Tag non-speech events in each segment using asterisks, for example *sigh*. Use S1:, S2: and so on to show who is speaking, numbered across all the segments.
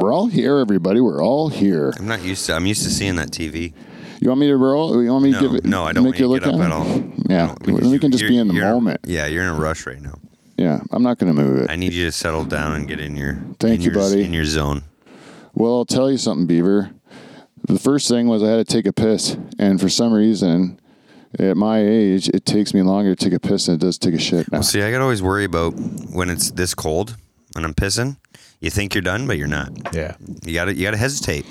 S1: We're all here, everybody. We're all here.
S2: I'm not used to. I'm used to seeing that TV.
S1: You want me to roll? You want me
S2: No,
S1: to give it?
S2: no, I don't
S1: make
S2: want
S1: you
S2: you
S1: look
S2: to get up
S1: it?
S2: at all.
S1: Yeah,
S2: No, because
S1: we
S2: you-
S1: can just
S2: you're-
S1: be in the
S2: you're-
S1: moment.
S2: Yeah, you're in a rush right now.
S1: Yeah, I'm not going to move it.
S2: I need you to settle down and get in your
S1: Thank
S2: in
S1: you,
S2: your,
S1: buddy.
S2: in your zone.
S1: Well, I'll tell you something, Beaver. The first thing was I had to take a piss, and for some reason, at my age, it takes me longer to take a piss than it does to take a shit. Now.
S2: See, I gotta always worry about when it's this cold and I'm pissing. You think you're done, but you're not.
S3: Yeah.
S2: You gotta you gotta hesitate.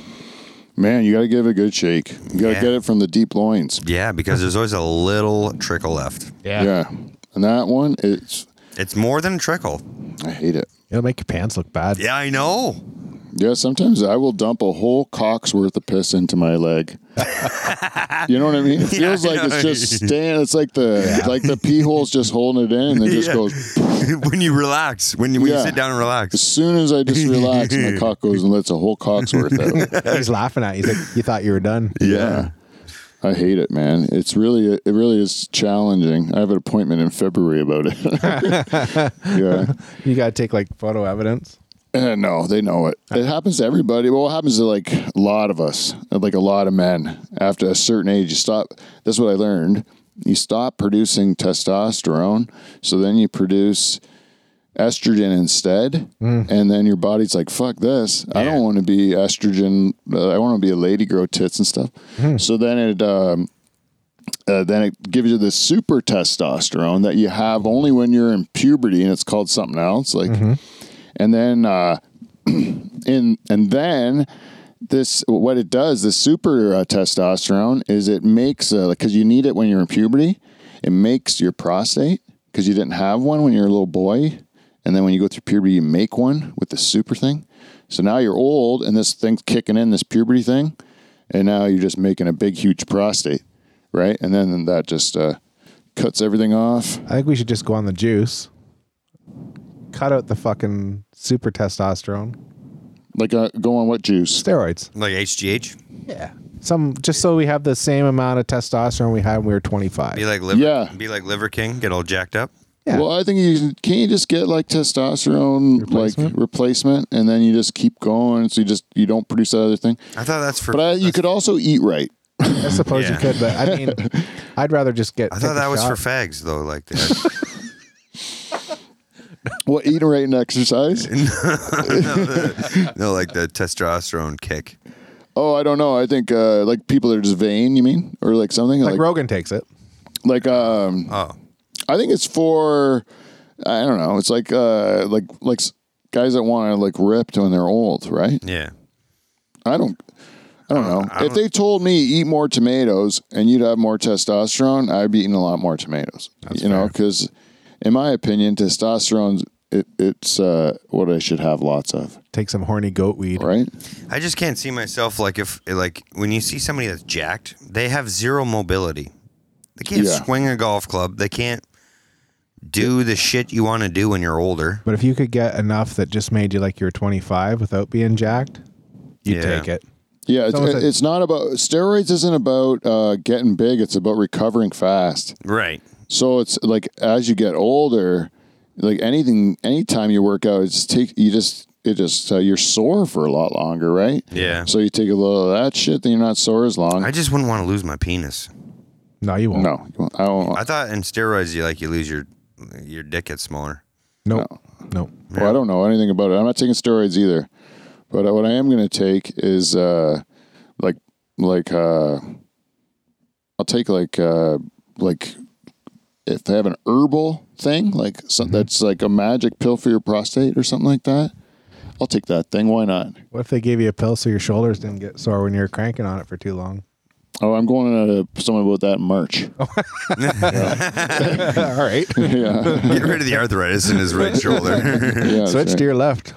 S1: Man, you got to give it a good shake. You got to
S2: Yeah.
S1: get it from the deep loins.
S2: Yeah, because there's always a little trickle left.
S3: Yeah.
S1: yeah, and that one, it's
S2: It's more than a trickle.
S1: I hate it.
S3: It'll make your pants look
S2: *laughs*
S3: bad.
S2: Yeah, I know.
S1: Yeah, sometimes I will dump a whole cock's worth of piss into my
S2: *laughs*
S1: leg. you know what I mean? It feels
S2: I
S1: like
S2: know.
S1: it's
S2: *laughs*
S1: just staying. It's like the like the pee hole's just holding it in, and it just
S2: Yeah.
S1: goes.
S2: when you relax, when you when
S1: Yeah.
S2: you sit down and
S1: As
S2: relax.
S1: soon as I just relax,
S2: *laughs*
S1: my cock goes and lets a whole cock's worth out.
S3: He's laughing at you. He's like, you thought you were done.
S1: Yeah. I hate it, man. It's really it really is challenging. I have an appointment in February about it. *laughs*
S2: *laughs*
S1: yeah.
S3: You got to take like photo evidence.
S1: Uh, no, they know it. It happens to everybody. Well, it happens to like a lot of us, like a lot of men. After a certain age, you stop. That's what I learned. You stop producing testosterone, so then you produce estrogen instead, and then your body's like, "Fuck this! I don't want to be estrogen. Uh, I want to be a lady, grow tits and stuff." So then it. Um, uh, then it gives you the super testosterone that you have only when you're in puberty, and it's called something else. Like, and then uh, *clears throat* in and then this what it does the super uh, testosterone is it makes because you need it when you're in puberty it makes your prostate because you didn't have one when you were a little boy and then when you go through puberty you make one with the super thing so now you're old and this thing's kicking in this puberty thing and now you're just making a big huge prostate right and then that just uh, cuts everything off
S3: I think we should just go on the juice. Cut out the fucking super testosterone.
S1: like uh, go on what juice
S3: Steroids.
S2: Like HGH.
S3: Yeah. Some just so we have the same amount of testosterone we had when we were 25.
S2: Be like liver
S1: Yeah.
S2: be like liver king, get all jacked up.
S3: Yeah.
S1: Well, I think you can you just get like testosterone like
S3: Replacement?
S1: replacement, and then you just keep going, so you just you don't produce that other thing.
S2: I thought that's for
S1: But I, you could also eat right.
S3: I suppose you
S2: Yeah.
S3: could, but I mean, I'd rather just get.
S2: I thought that was for
S3: fun.
S2: fags though,
S1: *laughs*
S2: like that.
S1: What eating right and
S3: *laughs*
S1: exercise?
S2: no, like the testosterone kick.
S1: Oh, I don't know. I think uh, like people that are just vain. You mean or like something
S3: Like
S1: like like,
S3: Rogan takes it.
S1: um
S2: Oh.
S1: I think it's for I don't know. It's like uh like like s- guys that want to like ripped when they're old, right?
S2: Yeah.
S1: I don't. I don't know.
S2: I
S1: if they told me eat more tomatoes and you'd have more testosterone, I'd be eating a lot more tomatoes. you know, because in my opinion, testosterone it, it's uh, what I should have lots of,
S3: Take some horny goat weed.
S1: right?
S2: I just can't see myself like if like when you see somebody that's jacked, they have zero mobility. They can't
S1: Yeah.
S2: swing a golf club. They can't do the shit you want to do when you're older.
S3: But if you could get enough that just made you like you were 25 without being jacked, you'd
S2: Yeah.
S3: take it.
S1: Yeah, it's,
S3: Someone said-
S1: it's not about steroids. Isn't about uh, getting big. It's about recovering fast.
S2: Right.
S1: So it's like as you get older, like anything, anytime you work out, it's take you just it just uh, you're sore for a lot longer, right?
S2: Yeah.
S1: So you take a little of that shit, then you're not sore as long.
S2: I just wouldn't want to lose my penis.
S3: No, you won't.
S1: No, you won't- I don't.
S2: I thought in steroids you like you lose your your dick gets smaller.
S3: Nope. Nope.
S1: Well, I don't know anything about it. I'm not taking steroids either. But uh, what I am going to take is uh, like like uh, I'll take like uh, like if they have an herbal thing like some, that's like a magic pill for your prostate or something like that. I'll take that thing. Why not?
S3: What if they gave you a pill so your shoulders didn't get sore when you were cranking on it for too long?
S1: Oh, I'm going to uh, someone about that in *laughs* March.
S3: All right. *laughs*
S1: *laughs* yeah,
S2: *laughs* Get rid of the arthritis in his right shoulder.
S1: *laughs* yeah. that's
S3: Switch
S1: right.
S3: to your left.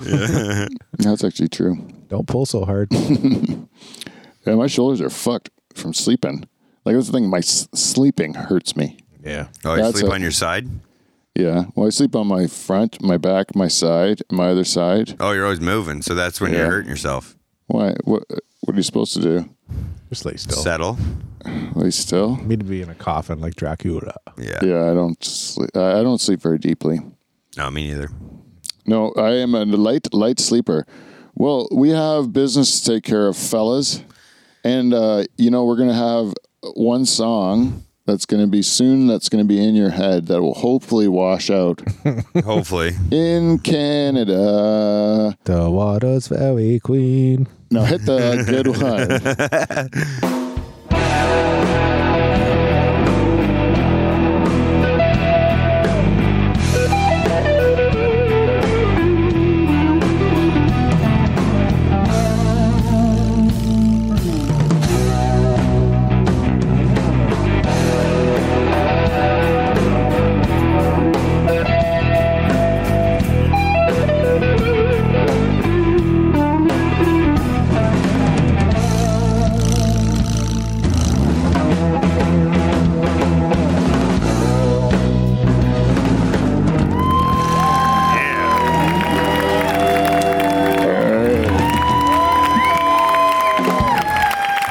S1: That's actually true.
S3: *laughs* Don't pull so hard.
S1: Yeah, my shoulders are fucked from sleeping. Like that's the thing. My s- sleeping hurts me.
S3: yeah.
S2: oh, you
S1: That's
S2: sleep
S1: a-
S2: on your side?
S1: Yeah. Well, I sleep on my front, my back, my side, my other side.
S2: Oh, you're always moving, so that's when
S1: Yeah.
S2: you're hurting yourself.
S1: Why? What? What are you supposed to do?
S3: Just lay still.
S2: Settle.
S1: Lay still?
S3: Me to be in a coffin like Dracula.
S2: Yeah.
S1: Yeah. I don't. Sleep, I I don't sleep very deeply.
S2: No, me neither.
S1: No, I am a light, light sleeper. Well, we have business to take care of, fellas. And, uh, you know, we're going to have one song that's going to be soon that's going to be in your head that will hopefully wash out
S2: Hopefully.
S1: in Canada.
S3: The water's very clean.
S1: Now hit the good one.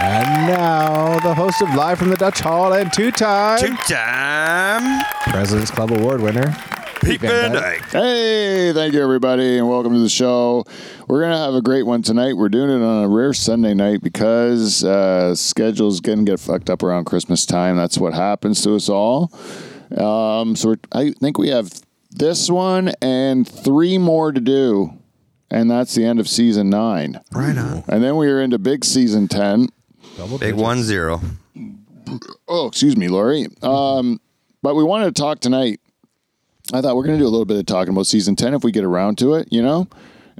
S3: And now, the host of Live from the Dutch Hall and
S2: *laughs*
S3: two-time
S2: Two time.
S3: President's Club Award winner,
S2: Pete Van
S3: Van
S2: Dyke.
S1: Hey, thank you, everybody, and welcome to the show. We're going to have a great one tonight. We're doing it on a rare Sunday night because uh, schedules can get fucked up around Christmas time. That's what happens to us all. Um, so we're, I think we have this one and three more to do, and that's the end of season nine.
S2: Right on.
S1: And then we are into big season 10.
S3: Double
S2: Big
S3: digits.
S2: one zero.
S1: Oh, excuse me, Lori. Um, but we wanted to talk tonight. I thought we're going to do a little bit of talking about season 10 if we get around to it, you know?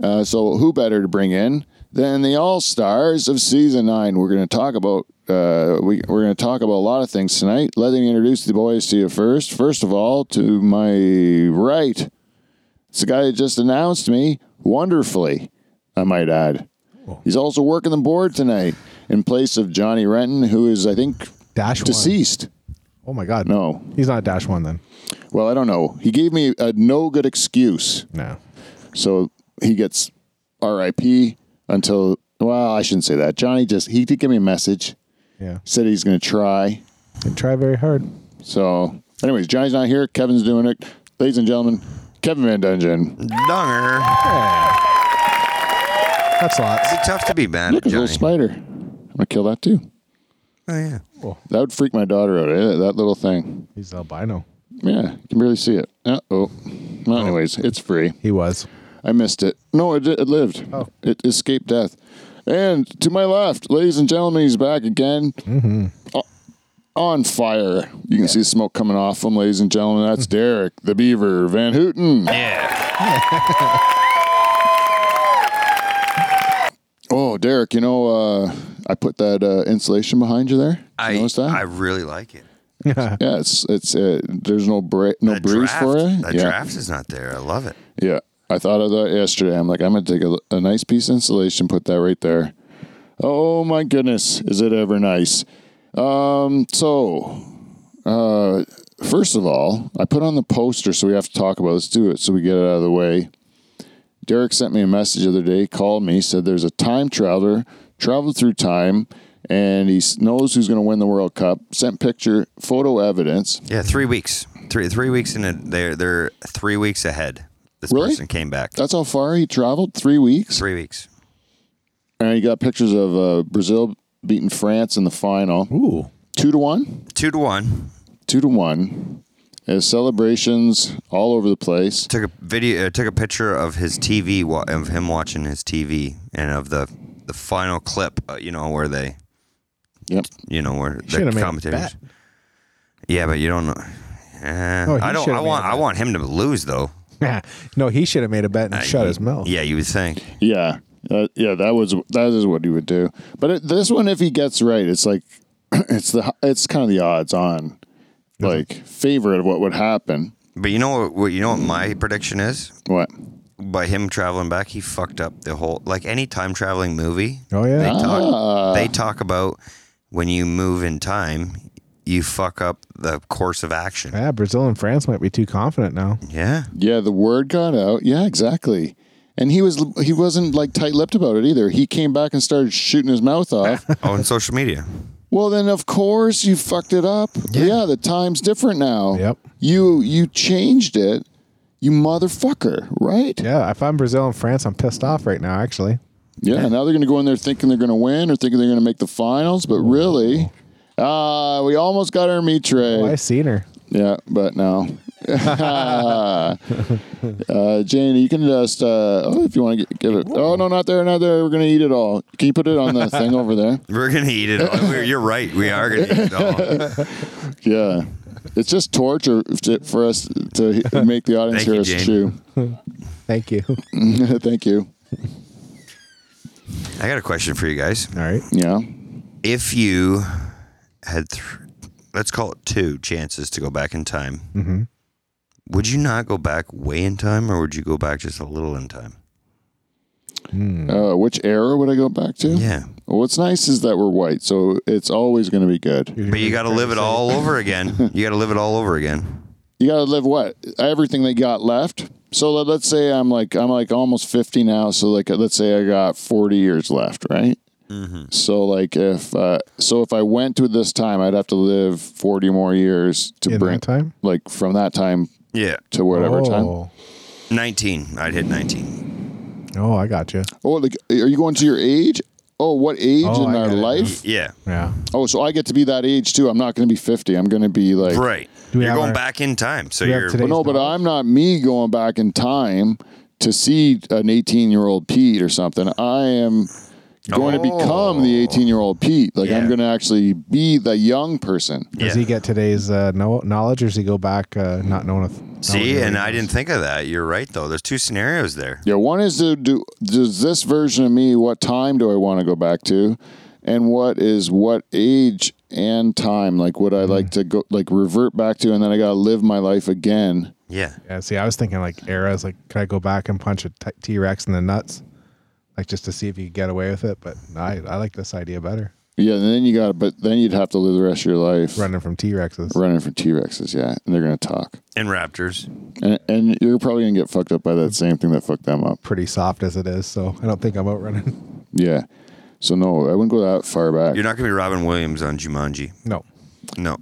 S1: Uh, so, who better to bring in than the all stars of season nine? We're going to talk about. Uh, we, we're going to talk about a lot of things tonight. Let me introduce the boys to you first. First of all, to my right, it's the guy that just announced me wonderfully, I might add. He's also working the board tonight in place of Johnny Renton, who is, I think,
S3: Dash
S1: deceased.
S3: one. Oh my God.
S1: No.
S3: He's not Dash one then.
S1: Well, I don't know. He gave me a no good excuse.
S3: No.
S1: So he gets RIP until, well, I shouldn't say that. Johnny just, he did give me a message,
S3: Yeah.
S1: said he's going to try.
S3: Didn't try very hard.
S1: So, anyways, Johnny's not here. Kevin's doing it. Ladies and gentlemen, Kevin Van Dungeon.
S2: Donger.
S3: That's lots.
S2: It's tough to be bad at
S1: Look, a little
S2: Johnny.
S1: spider. I'm going to kill that too.
S2: Oh, yeah.
S1: That would freak my daughter out. eh, That little thing.
S3: He's albino.
S1: Yeah, you can barely see it. Uh oh. Well, anyways, it's free.
S3: He was. *laughs*
S1: I missed it. No, it, it lived.
S2: Oh.
S1: It escaped death. And to my left, ladies and gentlemen, he's back again. O- On fire. You can see smoke coming off him, ladies and gentlemen. That's Derek, the Beaver, Van Houten.
S2: Yeah.
S1: Oh, Derek, you know, uh, I put that uh, insulation behind you there. Did
S2: I,
S1: you notice that?
S2: I really like it.
S1: yeah, it's it's uh, there's no bra- no
S2: That
S1: breeze
S2: draft,
S1: for you.
S2: That
S1: yeah,
S2: draft is not there. I love it.
S1: yeah. I thought of that yesterday. I'm like, I'm gonna take a, a nice piece of insulation, put that right there. Oh my goodness, is it ever nice? Um, so uh, first of all, I put on the poster, so we have to talk about. it. Let's do it, so we get it out of the way. Derek sent me a message the other day. Called me, said there's a time traveler traveled through time, and he s- knows who's going to win the World Cup. Sent picture, photo evidence.
S2: Yeah, three weeks. Three three weeks in a they're they're three weeks ahead. This
S1: Really?
S2: person came back.
S1: That's how far he traveled. Three weeks,
S2: three weeks.
S1: and he got pictures of uh, Brazil beating France in the final,
S3: Ooh.
S1: two to one.
S2: Two to one.
S1: two to one. There's celebrations all over the place.
S2: Took a video. Uh, took a picture of his TV wa- of him watching his TV and of the the final clip. Uh, you know where they.
S1: Yep.
S2: You know where
S3: Should
S2: the
S3: have made a
S2: commentators.
S3: bet.
S2: Yeah, but you don't know. Eh,
S3: Oh, he
S2: I don't.
S3: should
S2: I
S3: have made
S2: want.
S3: a
S2: I
S3: bet.
S2: want him to lose though.
S3: *laughs* no, he should have made a bet and shut
S2: You-
S3: his mouth.
S2: Yeah, you would think.
S1: Yeah, Uh, yeah, that was that is what he would do. But it, this one, if he gets right, it's like *clears throat* it's the it's kind of the odds on like favorite of what would happen.
S2: But you know what? You know what my prediction is.
S1: What?
S2: By him traveling back, he fucked up the whole. Like any time traveling movie,
S3: Oh yeah.
S2: they talk, they talk about when you move in time, you fuck up the course of action.
S3: Yeah, Brazil and France might be too confident now.
S2: Yeah.
S1: Yeah, the word got out. Yeah, exactly. And he was he wasn't like tight lipped about it either. He came back and started shooting his mouth off.
S2: Oh, and social media.
S1: Well, then of course you fucked it up. Yeah, the time's different now.
S3: Yep.
S1: You you changed it, you motherfucker, right?
S3: Yeah, if I'm Brazil and France, I'm pissed off right now. Actually,
S1: Yeah, now they're going to go in there thinking they're going to win or thinking they're going to make the finals,
S3: Oh.
S1: but really, ah, we almost got our meat tray.
S3: Oh, I seen her.
S1: Yeah, but no. *laughs* uh, Jane, you can just uh, oh, if you want to give it. Oh no, not there, not there. We're gonna eat it all. Can you put it on the thing over there?
S2: We're gonna eat it.
S3: *laughs*
S2: All. We're- You're right. We are gonna eat it all.
S1: Yeah, it's just torture to, for us to
S3: *laughs*
S1: he- make the audience
S2: Thank
S1: hear
S2: you,
S1: us
S2: Jane. *laughs*
S3: Thank you. All
S1: chew. *laughs* Thank you.
S2: I got a question for you guys.
S3: right.
S1: Yeah.
S2: If you had, th- let's call it two chances to go back in time,
S3: Mhm.
S2: would you not go back way in time, or would you go back just a little in time?
S3: Hmm.
S1: Uh, which era would I go back to?
S2: Yeah,
S1: Well, what's nice is that we're white, so it's always going to be good.
S2: but you got to live it
S3: *laughs*
S2: all over again. You got to live it all over again.
S1: You got to live what everything they got left. So let- let's say I'm like I'm like almost fifty now. So like let's say I got forty years left, right?
S3: Mm-hmm.
S1: So like if uh, so if I went to this time, I'd have to live forty more years to
S3: in
S1: bring
S3: that time.
S1: like from that time
S2: Yeah,
S1: to whatever time.
S3: oh.
S2: nineteen. I'd hit nineteen.
S3: Oh, I got you.
S1: Oh, like are you going to your age? Oh, what age
S3: Oh,
S1: in
S3: I
S1: our
S3: get it.
S1: life?
S2: Yeah,
S3: Yeah.
S1: Oh, so I get to be that age too. I'm not going to be fifty. I'm going to be like
S2: right.
S3: we
S2: You're
S3: have
S2: going
S3: our-
S2: back in time, so
S3: we have
S2: you're.
S3: today-
S1: Well, no, but I'm not me going back in time to see an 18 year old Pete or something. I am going to become the 18 year old Pete. Like I'm
S2: Yeah.
S1: going to actually be the young person.
S2: Yeah.
S3: Does he get today's uh, know- knowledge, or does he go back uh, not knowing? a th- knowing
S2: See,
S3: what
S2: and
S3: he
S2: I
S3: knows?
S2: didn't think of that. You're right, though. There's two scenarios there.
S1: Yeah, one is to do does this version of me what time do I want to go back to? And what is what age and time like would I like to go like revert back to and then I got to live my life again.
S2: Yeah.
S3: Yeah. See, I was thinking like eras. Like, could I go back and punch a T Rex in the nuts, like just to see if you could get away with it? But I, I like this idea better.
S1: Yeah, and then you got to but then you'd have to live the rest of your life
S3: Running from T Rexes.
S1: running from T-Rexes, yeah, and they're going to talk.
S2: And Raptors.
S1: And, and you're probably gonna get fucked up by that same thing that fucked them up.
S3: Pretty soft as it is, so I don't think I'm outrunning. *laughs*
S1: Yeah. So no, I wouldn't go that far back.
S2: You're not going to be Robin Williams on Jumanji.
S3: No.
S2: No.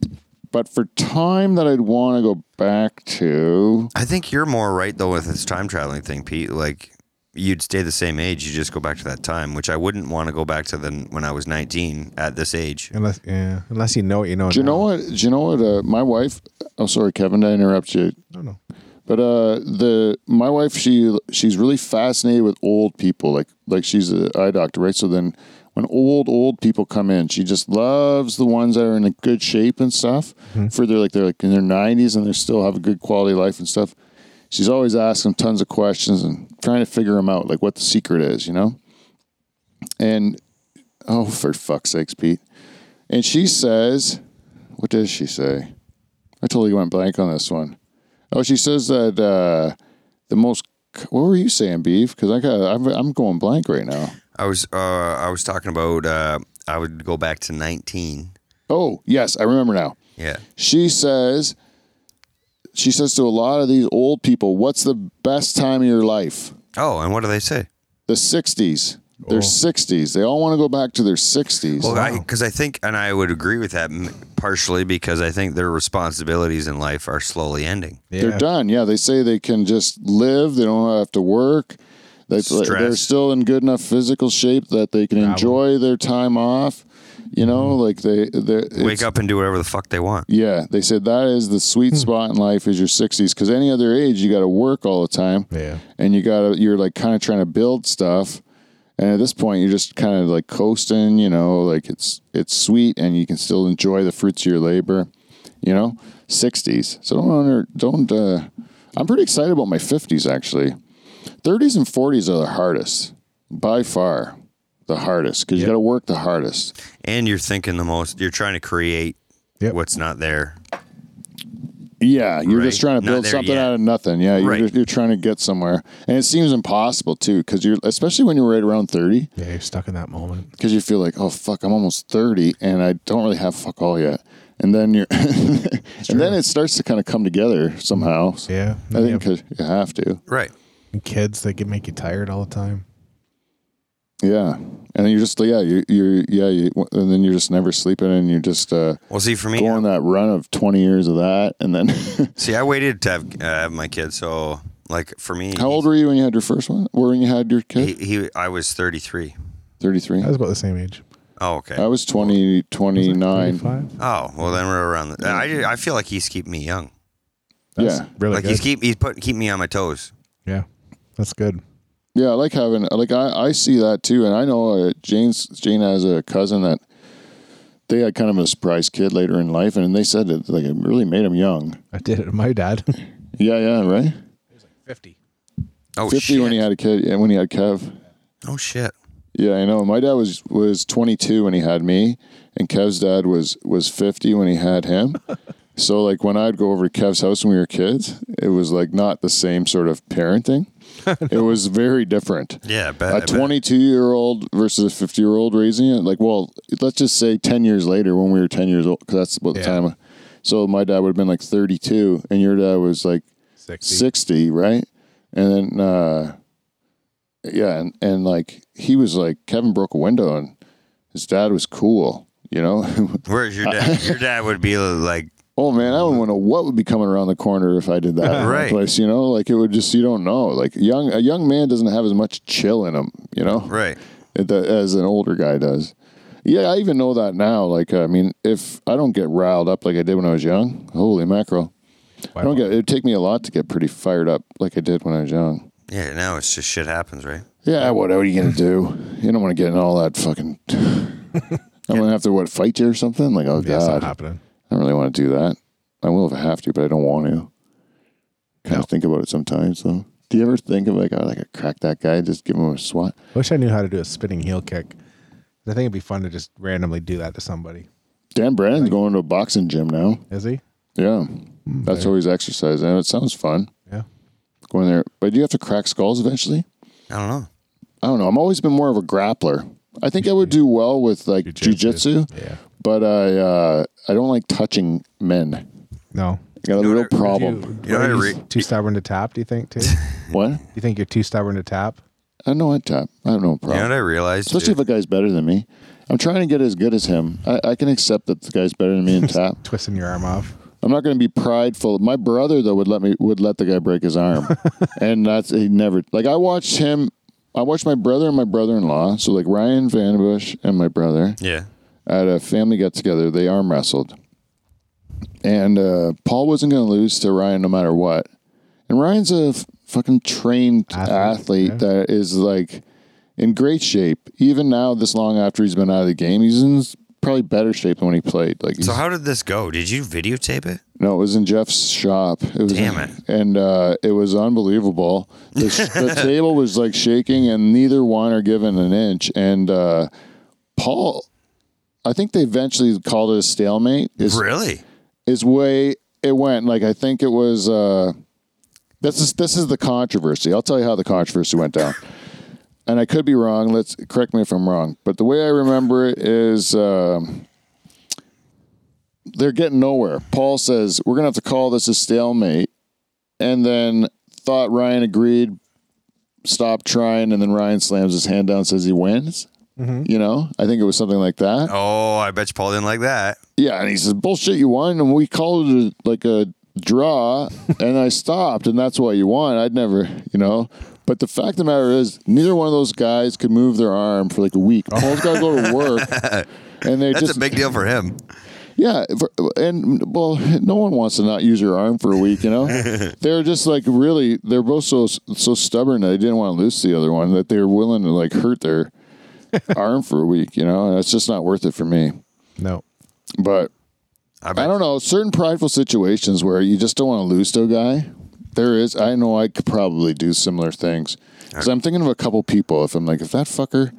S1: but for time that I'd want to go back to,
S2: I think you're more right, though, with this time traveling thing, Pete. Like, you'd stay the same age. You just go back to that time, which I wouldn't want to go back to then when I was 19 at this age.
S3: Unless, yeah. Unless you know what you know.
S1: do you
S3: now.
S1: know what? Do you know what? Uh, my wife. Oh, sorry, Kevin, to interrupt you.
S3: I don't know.
S1: But uh, the my wife, she she's really fascinated with old people. Like like she's an eye doctor, right? So then when old old people come in, she just loves the ones that are in a good shape and stuff. For they're like they're like in their nineties and they still have a good quality of life and stuff. She's always asking tons of questions and trying to figure them out, like what the secret is, you know. And oh, for fuck's sakes, Pete. And she says, what does she say? I totally went blank on this one. Oh, she says that uh, the most. What were you saying, Beef? Because I got I'm, I'm going blank right now.
S2: I was, uh, I was talking about, uh, I would go back to 19.
S1: Oh yes, I remember now.
S2: Yeah.
S1: She says, she says to a lot of these old people, "What's the best time of your life?"
S2: Oh, and what do they say?
S1: The '60s. Their
S3: Oh.
S1: '60s. They all want to go back to their '60s.
S2: Well, because I, think, and I would agree with that m- partially because I think their responsibilities in life are slowly ending.
S1: They're
S3: Yeah.
S1: done. Yeah, they say they can just live. They don't have to work. That's like- they're
S2: Stress.
S1: still in good enough physical shape that they can enjoy their time off. You know, like they they
S2: Wake up and do whatever the fuck they want.
S1: Yeah, they said that is the sweet spot in life is your 60s because any other age you got to work all the time
S3: Yeah.
S1: and you got to you're like kind of trying to build stuff and at this point you're just kind of like coasting, you know, like it's it's sweet and you can still enjoy the fruits of your labor, you know, 60s. So don't under, don't uh I'm pretty excited about my 50s actually. 30s and 40s are the hardest by far. The hardest because you got to work the hardest.
S2: and you're thinking the most you're trying to create
S3: Yep.
S2: what's not there
S1: Yeah, you're just
S2: Right.
S1: trying to
S2: Not
S1: build
S2: there
S1: something
S2: yet.
S1: out of nothing. Yeah, you're,
S2: Right.
S1: just- you're trying to get somewhere, and it seems impossible too, because you're especially when you're right around thirty,
S3: Yeah. You're stuck in that moment.
S1: because you feel like, oh fuck, I'm almost thirty, and I don't really have fuck all yet. And then you're, *laughs* and then it starts to kind of come together somehow.
S3: Yeah.
S1: I
S3: You
S1: think 'cause you have to.
S2: right
S3: have kids that can make you tired all the time.
S1: Yeah, and then you're just yeah, you you're yeah, you, and then you're just never sleeping, and you're just uh,
S2: well see for me
S1: going that run of twenty years of that, and then *laughs*
S2: see i waited to have, uh, have my kids so Like for me,
S1: How old were you when you had your first one? Or when you had your
S2: he,
S1: kid?
S2: he? I was 33.
S1: 33.
S3: I was about the same age.
S2: Oh, okay.
S1: I was 20, 29.
S3: 35?
S2: Oh, well then we're around. The, I I feel like he's keeping me young.
S3: That's
S1: Yeah.
S3: really
S2: Like
S3: good.
S2: he's keep he's putting keep me on my toes.
S3: yeah, that's good.
S1: Yeah, I like having like I, I see that too, and I know uh, Jane's Jane has a cousin that they had kind of a surprise kid later in life, and they said that like it really made him young.
S3: I did it. to My dad, *laughs*
S1: Yeah, yeah, right.
S3: fifty.
S2: Oh
S1: Fifty
S2: shit!
S1: when he had a kid, and when he had Kev.
S2: oh shit!
S1: Yeah, I know. My dad was was 22 when he had me, and Kev's dad was was 50 when he had
S2: *laughs*
S1: him. so like when I'd go over to Kev's house when we were kids, it was like not the same sort of
S2: *laughs*
S1: parenting. It was very different.
S2: Yeah, I bet. I
S1: A
S2: bet.
S1: 22 year old versus a 50 year old raising it. Like, well, let's just say 10 years later when we were 10 years old, because that's about the
S3: Yeah.
S1: time. So my dad would have been like 32, and your dad was like
S3: 60.
S1: 60, right? And then, uh, yeah, and, and like he was like, Kevin broke a window, and his dad was cool, you know? *laughs*
S2: Where's your dad? your dad would be like,
S1: oh man, I wouldn't know what would be coming around the corner if I
S2: *laughs*
S1: did that in my
S2: Right.
S1: place, you know? Like it would just, you don't know. Like young, a young man doesn't have as much chill in him, you know?
S2: right?
S1: it- that- as an older guy does. Yeah, I even know that now. Like, I mean, if I don't get riled up like I did when I was young, holy mackerel! I don't get. It'd take me a lot to get pretty fired up like I did when I was young.
S2: Yeah. Now it's just shit happens, right?
S1: Yeah, what, what are you gonna do? You don't want to get in all that fucking. *sighs* I'm gonna have to what fight you or something. Like, oh
S3: Yeah, it's not
S1: god, I
S3: happening.
S1: don't really want to do that. I will if I have to, but I don't want to. Kind of think about it sometimes though. Do you ever think of like, oh, like I crack that guy, just give him a swat?
S3: Wish I knew how to do a spinning heel kick. I think it'd be fun to just randomly do that to somebody.
S1: Dan Brannan's going to a boxing gym now.
S3: Is he?
S1: Yeah. That's always exercise. And it sounds fun
S3: Yeah.
S1: going there. But do you have to crack skulls eventually?
S2: I don't know.
S1: I don't know. I've always been more of a grappler. I think I would do well with like
S3: Jiu-jitsu.
S1: jujitsu,
S3: Yeah.
S1: but I uh, I don't like touching men.
S3: No.
S1: I got a
S2: know
S1: real
S2: what I-
S1: problem.
S3: You,
S2: You know, I
S3: are you
S2: re-
S3: too stubborn to tap? Do you think too? you
S1: What?
S3: think you're too stubborn to tap?
S1: I know I tap. I have no
S2: You
S1: problem.
S2: know what I realized?
S1: Especially
S2: dude?
S1: if a guy's better than me. I'm trying to get as good as him. I, I can accept that the guy's better than
S2: *laughs*
S1: me and tap.
S3: Twisting your arm off.
S1: I'm not going to be prideful. My brother though would let me would let the guy break his
S3: *laughs*
S1: arm, and that's he never like I watched him. I watched my brother and my brother-in-law, so like Ryan Vanbush and my brother
S2: yeah.
S1: at a family get together. They arm wrestled, and uh, Paul wasn't going to lose to Ryan no matter what. And Ryan's a f- fucking trained athlete,
S3: Athlete, yeah.
S1: that is like in great shape. Even now, this long after he's been out of the game, he's in s- probably better shape than when he played. Like he's
S2: So how did this go? Did you videotape it?
S1: no, it was in Jeff's shop. It was
S2: Damn it.
S1: And uh, it was unbelievable. The, sh-
S2: *laughs*
S1: the table was like shaking, and neither one are given an inch. And uh, Paul, I think they eventually called it a stalemate. Is
S2: Really?
S1: is way it went. Like I think it was. Uh, this is this is the controversy. I'll tell you how the controversy went down. *laughs* and I could be wrong. Let's correct me if I'm wrong. But the way I remember it is. Um, they're getting nowhere. Paul says, We're going to have to call this a stalemate. And then thought Ryan agreed, stopped trying. And then Ryan slams his hand down, says he wins. You know, I think it was something like that.
S2: Oh, I bet you Paul didn't like that.
S1: Yeah, and he says, "Bullshit, you won." And we called it a, like a draw, and I stopped, and that's why you won. I'd never, you know. But the fact of the matter is, neither one of those guys could move their arm for like a week. Paul's got to go to work, and they
S2: That's
S1: just
S2: a big deal for him.
S1: yeah, for, and well, no one wants to not use your arm for a week, you know. they're just like really, they're both so so stubborn that they didn't want to lose to the other one that they were willing to like hurt their arm for a week, you know. And it's just not worth it for me.
S3: No.
S1: But
S2: I bet.
S1: I don't know. Certain prideful situations where you just don't want to lose to a guy. There is. I know I could probably do similar things. Because I'm thinking of a couple people. If I'm like, if that
S2: *laughs*
S1: fucker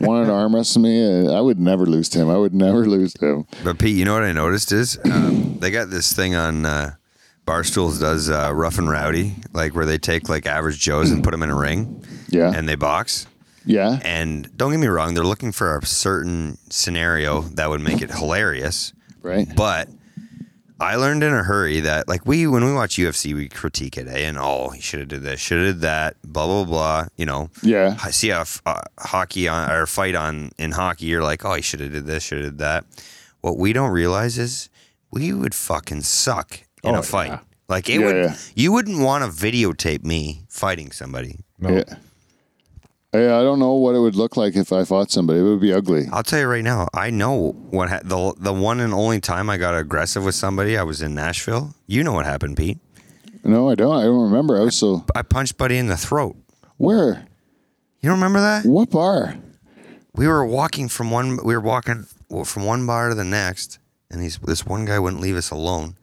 S1: wanted to arm wrestle me, uh, I would never lose to him. I would never lose to him.
S2: But Pete, you know what I noticed is um, they got this thing on uh, Barstools does uh, rough and rowdy, like where they take like average Joes and put them in a ring,
S1: Yeah.
S2: and they box.
S1: yeah.
S2: And don't get me wrong, they're looking for a certain scenario that would make it hilarious.
S1: Right.
S2: But I learned in a hurry that like we when we watch UFC, we critique it eh? and all. He should have did this, should have did that, blah blah blah. You know,
S1: Yeah.
S2: I see a f- uh, hockey on or fight on in hockey, you're like, oh, he should have did this, should have did that. What we don't realize is we would fucking suck in
S3: Oh,
S2: a fight.
S3: yeah.
S2: Like it
S1: Yeah,
S2: would,
S1: yeah.
S2: you wouldn't want to videotape me fighting somebody.
S3: No.
S1: Yeah. Yeah, I don't know what it would look like if I fought somebody. It would be ugly.
S2: I'll tell you right now, I know what ha- the the one and only time I got aggressive with somebody. I was in Nashville. You know what happened, Pete?
S1: No, I don't. I don't remember. I was so
S2: I punched Buddy in the throat.
S1: where?
S2: You don't remember that?
S1: What bar?
S2: we were walking from one we were walking from one bar to the next and these this one guy wouldn't leave us alone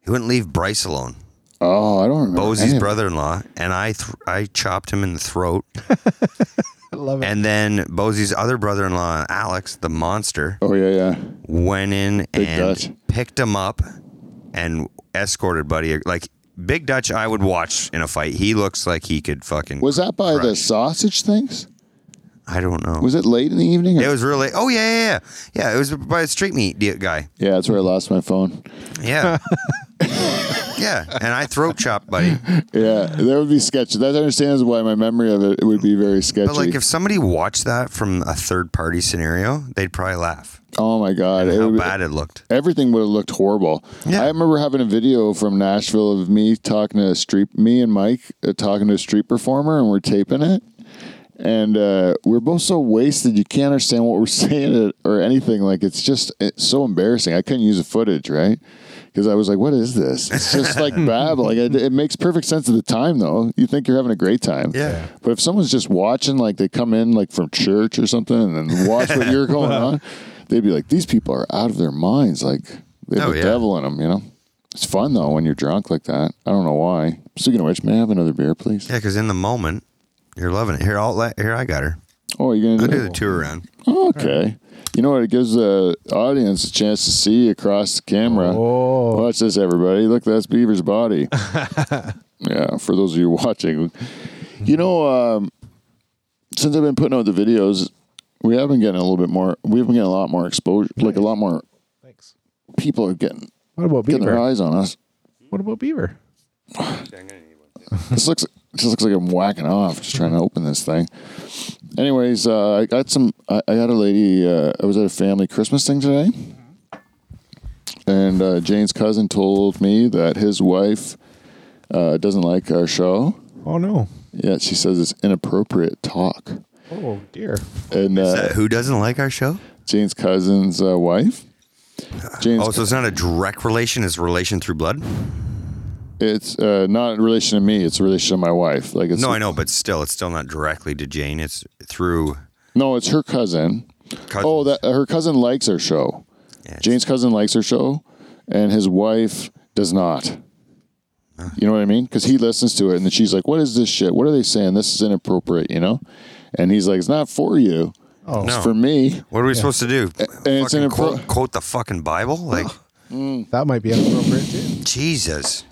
S2: he wouldn't leave bryce alone
S1: Oh, I don't remember.
S2: bosie's
S1: any of-
S2: brother-in-law and i th- i chopped him in
S1: *laughs*
S2: the throat
S3: I love it.
S2: and then bosie's other brother-in-law alex the monster
S1: Oh yeah, yeah.
S2: went in
S1: Big
S2: and
S1: Dutch.
S2: picked him up and escorted buddy like big dutch i would watch in a fight he looks like he could fucking
S1: Was that by the
S2: Right.
S1: sausage things?
S2: i don't know
S1: Was it late in the evening? or-
S2: it was really oh yeah yeah yeah yeah it was by a street meat guy
S1: yeah, that's where I lost my phone. *laughs*
S2: Yeah. yeah. And I throat chopped, buddy.
S1: Yeah, that would be sketchy. That understands why my memory of it, it would be very sketchy.
S2: But like if somebody watched that from a third party scenario, they'd probably laugh.
S1: oh my god, it
S2: How
S1: would be-
S2: bad it looked.
S1: everything would have looked horrible.
S2: Yeah.
S1: I remember having a video from Nashville of me talking to a street, me and Mike uh, talking to a street performer, and we're taping it. And uh, we're both so wasted, you can't understand what we're *laughs* saying or anything. Like it's just it's so embarrassing. I couldn't use the footage, right? Because I was like, "What is this?" It's just
S2: *laughs*
S1: like babbling. It, it makes perfect sense at the time, though. You think you're having a great time,
S2: Yeah.
S1: But if someone's just watching, like they come in like from church or something, and then watch what you're going on,
S2: *laughs*
S1: they'd be like, "These people are out of their minds." Like they have
S2: Oh,
S1: the
S2: yeah.
S1: devil in them, you know. It's fun though when you're drunk like that. I don't know why. Speaking of which, may I have another beer, please?
S2: Yeah, because in the moment, you're loving it. Here, I'll let, here I got her.
S1: Oh, you're
S2: I'll
S1: gonna do
S2: do
S1: it?
S2: the tour around.
S1: Oh, okay. You know what? It gives the audience a chance to see across the camera.
S3: Oh.
S1: Watch this, everybody. Look, that's Beaver's
S3: *laughs*
S1: body. yeah, for those of you *laughs* watching. You know, um, since I've been putting out the videos, we have been getting a little bit more, we've been getting a lot more exposure, like a lot more
S3: Thanks.
S1: people are getting,
S3: What about
S1: getting their
S3: Beaver?
S1: eyes on us.
S3: What about Beaver?
S1: This looks just looks like I'm whacking off just trying to
S2: Mm-hmm.
S1: open this thing. Anyways, uh, I got some. I, I got a lady. Uh, I was at a family Christmas thing today,
S2: Mm-hmm.
S1: and uh, Jane's cousin told me that his wife uh, doesn't like our show.
S3: Oh no.
S1: Yet she says it's inappropriate talk.
S3: Oh dear.
S1: And
S2: Is
S1: uh,
S2: that who doesn't like our show?
S1: Jane's cousin's uh, wife. Jane's
S2: Oh, so it's not a direct relation, it's relation through blood?
S1: it's uh, not in relation to me. It's a relation to my wife. Like it's
S2: No, I know, but still, it's still not directly to Jane. It's through.
S1: no, it's her cousin.
S2: Cousins.
S1: Oh, that her cousin likes her show.
S2: Yeah, it's-
S1: Jane's cousin likes her show, and his wife does not. You know what I mean? Because he listens to it, and then she's like, "What is this shit? What are they saying? This is inappropriate," you know. And he's like, "It's not for you.
S3: Oh
S1: It's
S2: No.
S1: for me."
S2: What are we supposed to do?
S1: and it's
S2: Fucking
S1: an appro-
S2: quote, quote the fucking
S1: *laughs*
S2: Bible? Like,
S3: that might be inappropriate too.
S2: Jesus.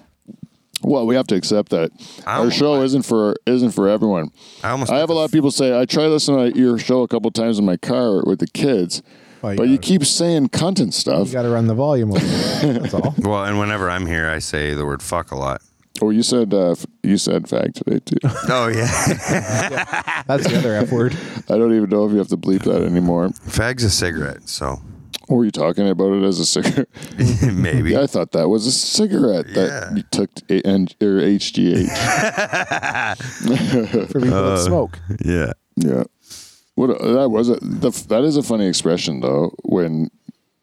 S1: Well, we have to accept that
S2: I
S1: our
S2: don't-
S1: show isn't for isn't for everyone.
S2: I almost
S1: I have a lot of people say I try listening to your show a couple times in my car with the kids,
S3: Well, Oh, you
S1: but you
S3: gotta-
S1: keep saying cunt and
S3: You
S1: stuff.
S3: gotta run the volume a little bit.
S1: *laughs*
S3: That's all.
S2: Well, and whenever I'm here, I say the word fuck a lot.
S1: Oh, you said uh, f- you said fag today
S3: *laughs*
S1: too.
S2: Oh, yeah.
S3: That's the other F word.
S1: I don't even know if you have to bleep that anymore.
S2: *laughs* Fag's a cigarette, so *laughs*
S1: Were you talking about it as a cigarette?
S2: maybe.
S1: Yeah, I thought that was a cigarette that
S2: Yeah.
S1: you took a- and or HGH.
S3: For people that smoke.
S2: Yeah.
S1: yeah, what a- that was a the, f- that is a funny expression though. When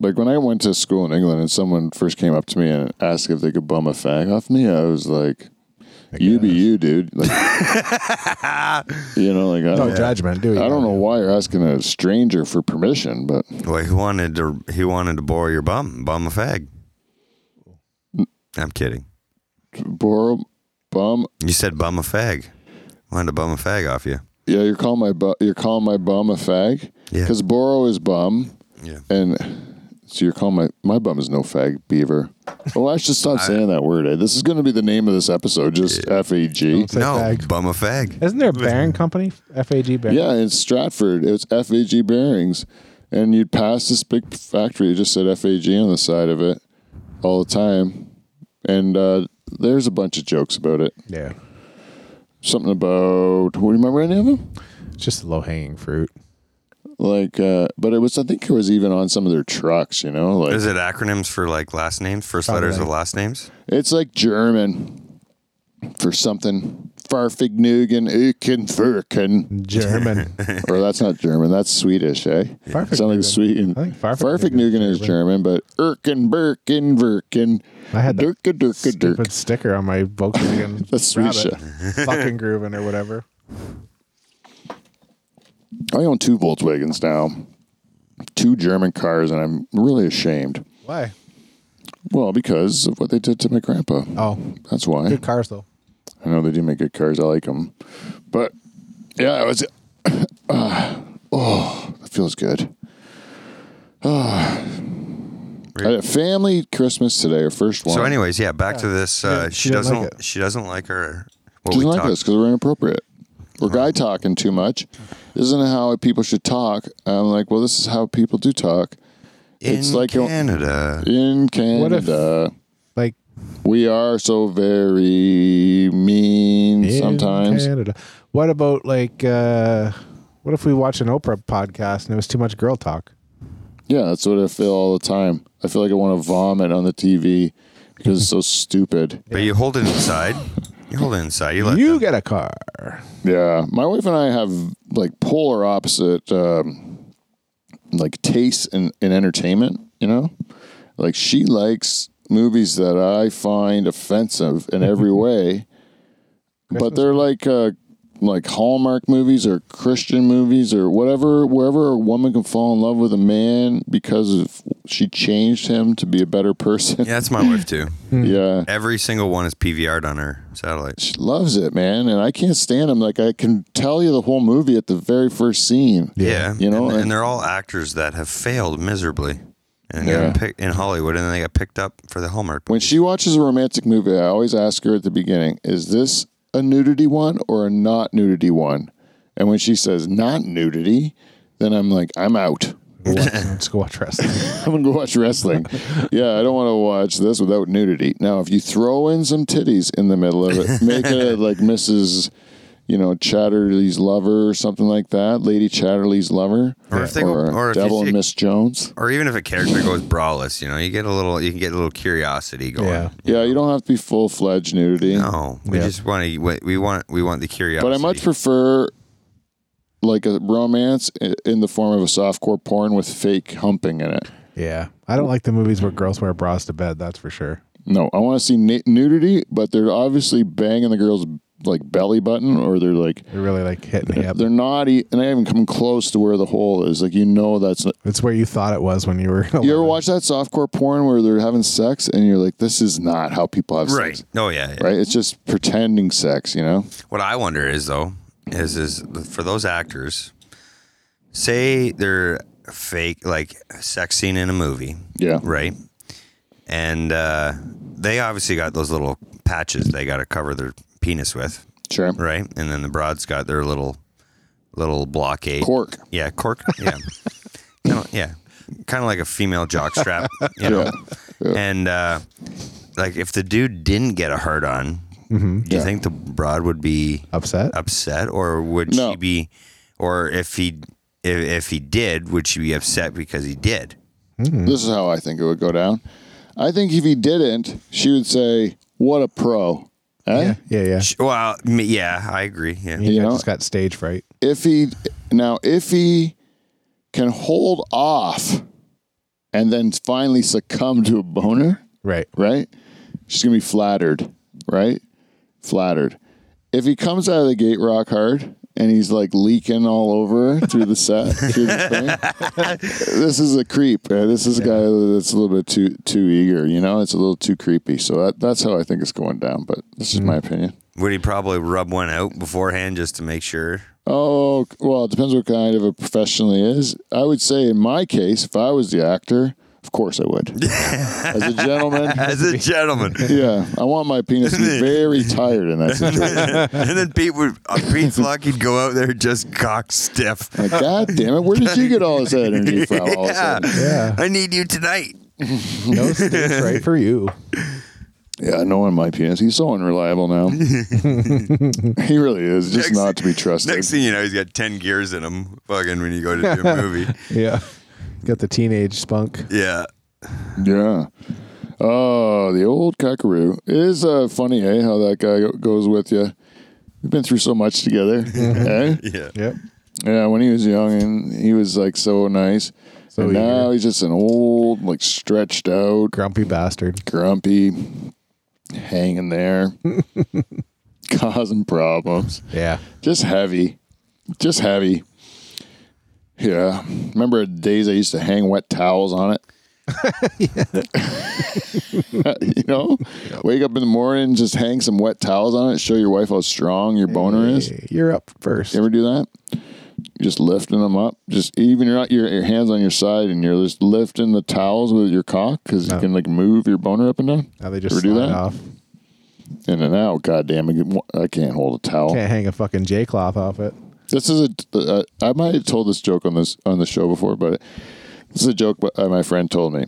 S1: like when I went to school in England and someone first came up to me and asked if they could bum a fag off me, I was like, "You be you, dude." Like, you know, like I
S3: No
S1: don't,
S3: judgment, do you?
S1: I don't know why you're asking a stranger for permission, but
S2: Well, he wanted to he wanted to borrow your bum, bum a fag. I'm kidding.
S1: borrow bum.
S2: You said bum a fag. Wanted to bum a fag off you.
S1: Yeah, you're calling my bu- you're calling my bum a fag
S2: Yeah.
S1: because borrow is bum.
S2: Yeah.
S1: And so you're calling my my bum is no fag beaver. Oh, I should stop saying that word. eh? This is going to be the name of this episode. Just F A G.
S3: Say
S2: No,
S3: fag.
S2: bum a fag.
S3: Isn't there a Baron company? FAG Baron.
S1: Yeah, in Stratford, it's F A G bearings, and you'd pass this big factory. It just said F A G on the side of it all the time, and uh, there's a bunch of jokes about it.
S3: Yeah.
S1: Something about. Do you remember any of them?
S3: It's just low hanging fruit.
S1: Like, uh, but it was, I think it was even on some of their trucks, you know? Like,
S2: Is it acronyms for like last names, first
S3: Probably.
S2: letters of last names?
S1: It's like German for something. Farfignugen,
S3: *laughs*
S1: Ukenfurken.
S3: German.
S1: Or that's not German, that's Swedish, eh?
S3: Farfignugan.
S1: Sounds like Sweden.
S3: I think Farfignugan
S1: Farfignugen is German, but Erken, Berken, Verken.
S3: I had that
S1: Durka, Durka,
S3: stupid
S1: Durk.
S3: sticker on my
S1: *laughs*
S3: Volkswagen.
S1: That's Swedish.
S3: Rabbit. fucking grooving or whatever.
S1: I own two Volkswagens now, two German cars, and I'm really ashamed.
S3: Why?
S1: Well, because of what they did to my grandpa.
S3: Oh,
S1: That's why.
S3: good cars though.
S1: I know they do make good cars. I like them, but yeah, it was. *sighs* oh, that feels good. *sighs* Ah. I had a family Christmas today, our first one.
S2: So, anyways, yeah, back to this. Uh,
S3: didn't-
S2: she,
S3: she didn't
S2: doesn't.
S3: like it.
S2: she doesn't like her. What
S1: doesn't
S2: we
S1: like
S2: talked.
S1: us because we're inappropriate. We're guy talking too much. This isn't how people should talk. I'm like, well, this is how people do talk
S2: In
S1: It's like a-
S2: Canada.
S1: in
S3: if-
S1: Canada.
S3: Like
S1: we are so very mean
S3: in
S1: sometimes.
S3: Canada. What about like? uh What if we watch an Oprah podcast and it was too much girl talk?
S1: Yeah, that's what I feel all the time. I feel like I want to vomit on the TV because it's so stupid.
S2: But you hold it inside. You hold it inside. You let
S3: You
S2: them-
S3: get a car.
S1: Yeah, my wife and I have like polar opposite, um, like tastes in, in entertainment. You know, like she likes movies that I find offensive in every way, but they're like uh, like Hallmark movies or Christian movies or whatever. Wherever a woman can fall in love with a man because of, she changed him to be a better person.
S2: Yeah, that's my wife too.
S1: yeah.
S2: Every single one is PVR'd on her satellite.
S1: She loves it, man, and I can't stand him. Like I can tell you the whole movie at the very first scene.
S2: Yeah,
S1: You know,
S2: and, and
S1: and-
S2: they're all actors that have failed miserably, and
S1: Yeah.
S2: got picked in Hollywood, and then they got picked up for the Hallmark.
S1: When she watches a romantic movie, I always ask her at the beginning, "Is this a nudity one or a not nudity one?" And when she says not nudity, then I'm like, I'm out.
S3: Go watch- *laughs* Let's go watch wrestling.
S1: *laughs* I'm gonna go watch wrestling. yeah, I don't want to watch this without nudity. Now, if you throw in some titties in the middle of it, make it like Mrs. You know, Chatterley's lover or something like that, Lady Chatterley's lover,
S2: Or if they go- or if you
S1: Devil and
S2: see-
S1: Miss Jones.
S2: Or even if a character goes braless, you know, you get a little, you can get a little curiosity going.
S3: Yeah.
S1: Yeah, you don't have to be full fledged nudity.
S2: No, we
S3: Yeah.
S2: just want to. We want. We want the curiosity.
S1: But I much prefer like a romance i- in the form of a softcore porn with fake humping in it.
S3: yeah, I don't like the movies where girls wear bras to bed. That's for sure.
S1: No, I want to see n- nudity, but they're obviously banging the girl's like belly button or they're like
S3: They're really like hitting the up.
S1: they're not e- and I haven't come close to where the hole is. Like you know that's not-
S3: It's where you thought it was when you were. *laughs*
S1: you
S2: Uh-huh.
S1: ever watch that softcore porn where they're having sex and you're like this is not how people have
S2: right.
S1: sex.
S2: Oh yeah, yeah.
S1: Right? It's just pretending sex, you know?
S2: What I wonder is though, is is for those actors, say they're fake like a sex scene in a movie,
S1: Yeah.
S2: right? And uh, they obviously got those little patches they got to cover their penis with,
S1: Sure.
S2: right? And then the broads got their little little blockade.
S1: Cork.
S2: Yeah, cork.
S1: *laughs*
S2: Yeah, Kinda- yeah, kind of like a female
S1: *laughs*
S2: jock strap, you *laughs* know. And uh, like, if the dude didn't get a hard on, do you
S1: Mm-hmm. Yeah.
S2: think the broad would be
S3: Upset.
S2: upset, or would
S1: No.
S2: she be, or if he if, if he did, would she be upset because he did? Hmm.
S1: This is how I think it would go down. I think if he didn't, she would say, "What a pro!" Eh?
S3: Yeah, yeah, yeah.
S2: Sh- Well, m- yeah, I agree. Yeah,
S3: You
S1: know-
S3: just got stage fright.
S1: If he now, if he can hold off and then finally succumb to a boner,
S3: Right.
S1: right? She's gonna be flattered, right? Flattered. If he comes out of the gate rock hard and he's like leaking all over through the set, through the thing, this is a creep. uh, This is a guy that's a little bit too too eager. You know, it's a little too creepy. So that, that's how I think it's going down. But this is my opinion.
S2: would he probably rub one out beforehand just to make
S3: *laughs*
S2: sure?
S1: Oh well, it depends what kind of a professional he is. I would say in my case, if I was the actor, of course I would. As a gentleman,
S2: As a
S3: *laughs*
S2: gentleman,
S1: yeah, I want my penis to be very tired in that situation.
S2: and then Pete would uh, Pete's lucky he'd go out there just cock
S3: *laughs*
S2: stiff.
S1: Like, God damn it, where did you get all this energy from? All of a
S2: *laughs* Yeah,
S1: sudden?
S3: Yeah. *laughs*
S2: I need you tonight.
S3: No stage fright for you.
S1: Yeah, knowing my penis, he's so unreliable
S2: *laughs*
S1: now. he really is just
S2: Next-
S1: not to be trusted.
S2: Next thing you know, he's got ten gears in him. Fucking when you go to do
S3: *laughs*
S2: a movie,
S3: Yeah. Got the teenage spunk.
S2: yeah.
S1: Yeah. Oh, the old cockaroo. It is uh, funny, eh, how that guy go- goes with you. We've been through so much
S2: *laughs*
S1: together. eh?
S2: Yeah.
S3: Yep.
S1: Yeah, when he was young, and he was like so nice.
S3: So
S1: and now
S3: eager.
S1: he's just an old, like stretched out,
S3: Grumpy bastard.
S1: grumpy, hanging
S3: *laughs*
S1: there, causing problems.
S3: Yeah.
S1: Just heavy. Just heavy. Yeah. Remember days I used to hang wet towels on it? *laughs* you know, wake up in the morning, just hang some wet towels on it, show your wife how strong your boner is.
S3: Hey, You're up first.
S1: You ever do that? Just lifting them up. Just even you're not your, your hands on your side, and you're just lifting the towels with your cock because you can like move your boner up and down.
S3: Now they just
S1: Ever do
S3: slide
S1: that?
S3: off.
S1: In and out. God damn it! I can't hold a towel.
S3: Can't hang a fucking J cloth off it. *laughs*
S1: This is a. Uh, I might have told this joke on this on the show before, but this is a joke. But uh, my friend told me.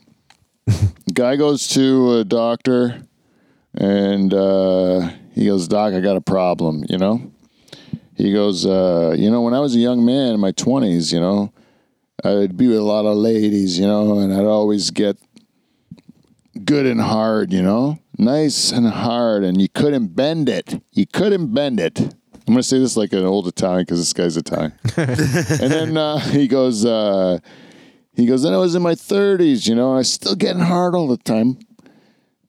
S1: Guy goes to a doctor, and uh, he goes, "Doc, I got a problem." You know, he goes, uh, "You know, when I was a young man in my twenties, you know, I'd be with a lot of ladies, you know, and I'd always get good and hard, you know, nice and hard, and you couldn't bend it. You couldn't bend it. I'm gonna say this like an old Italian because this guy's Italian. and then uh, he goes, uh, he goes. Then I was in my 30s, you know, and I was still getting hard all the time.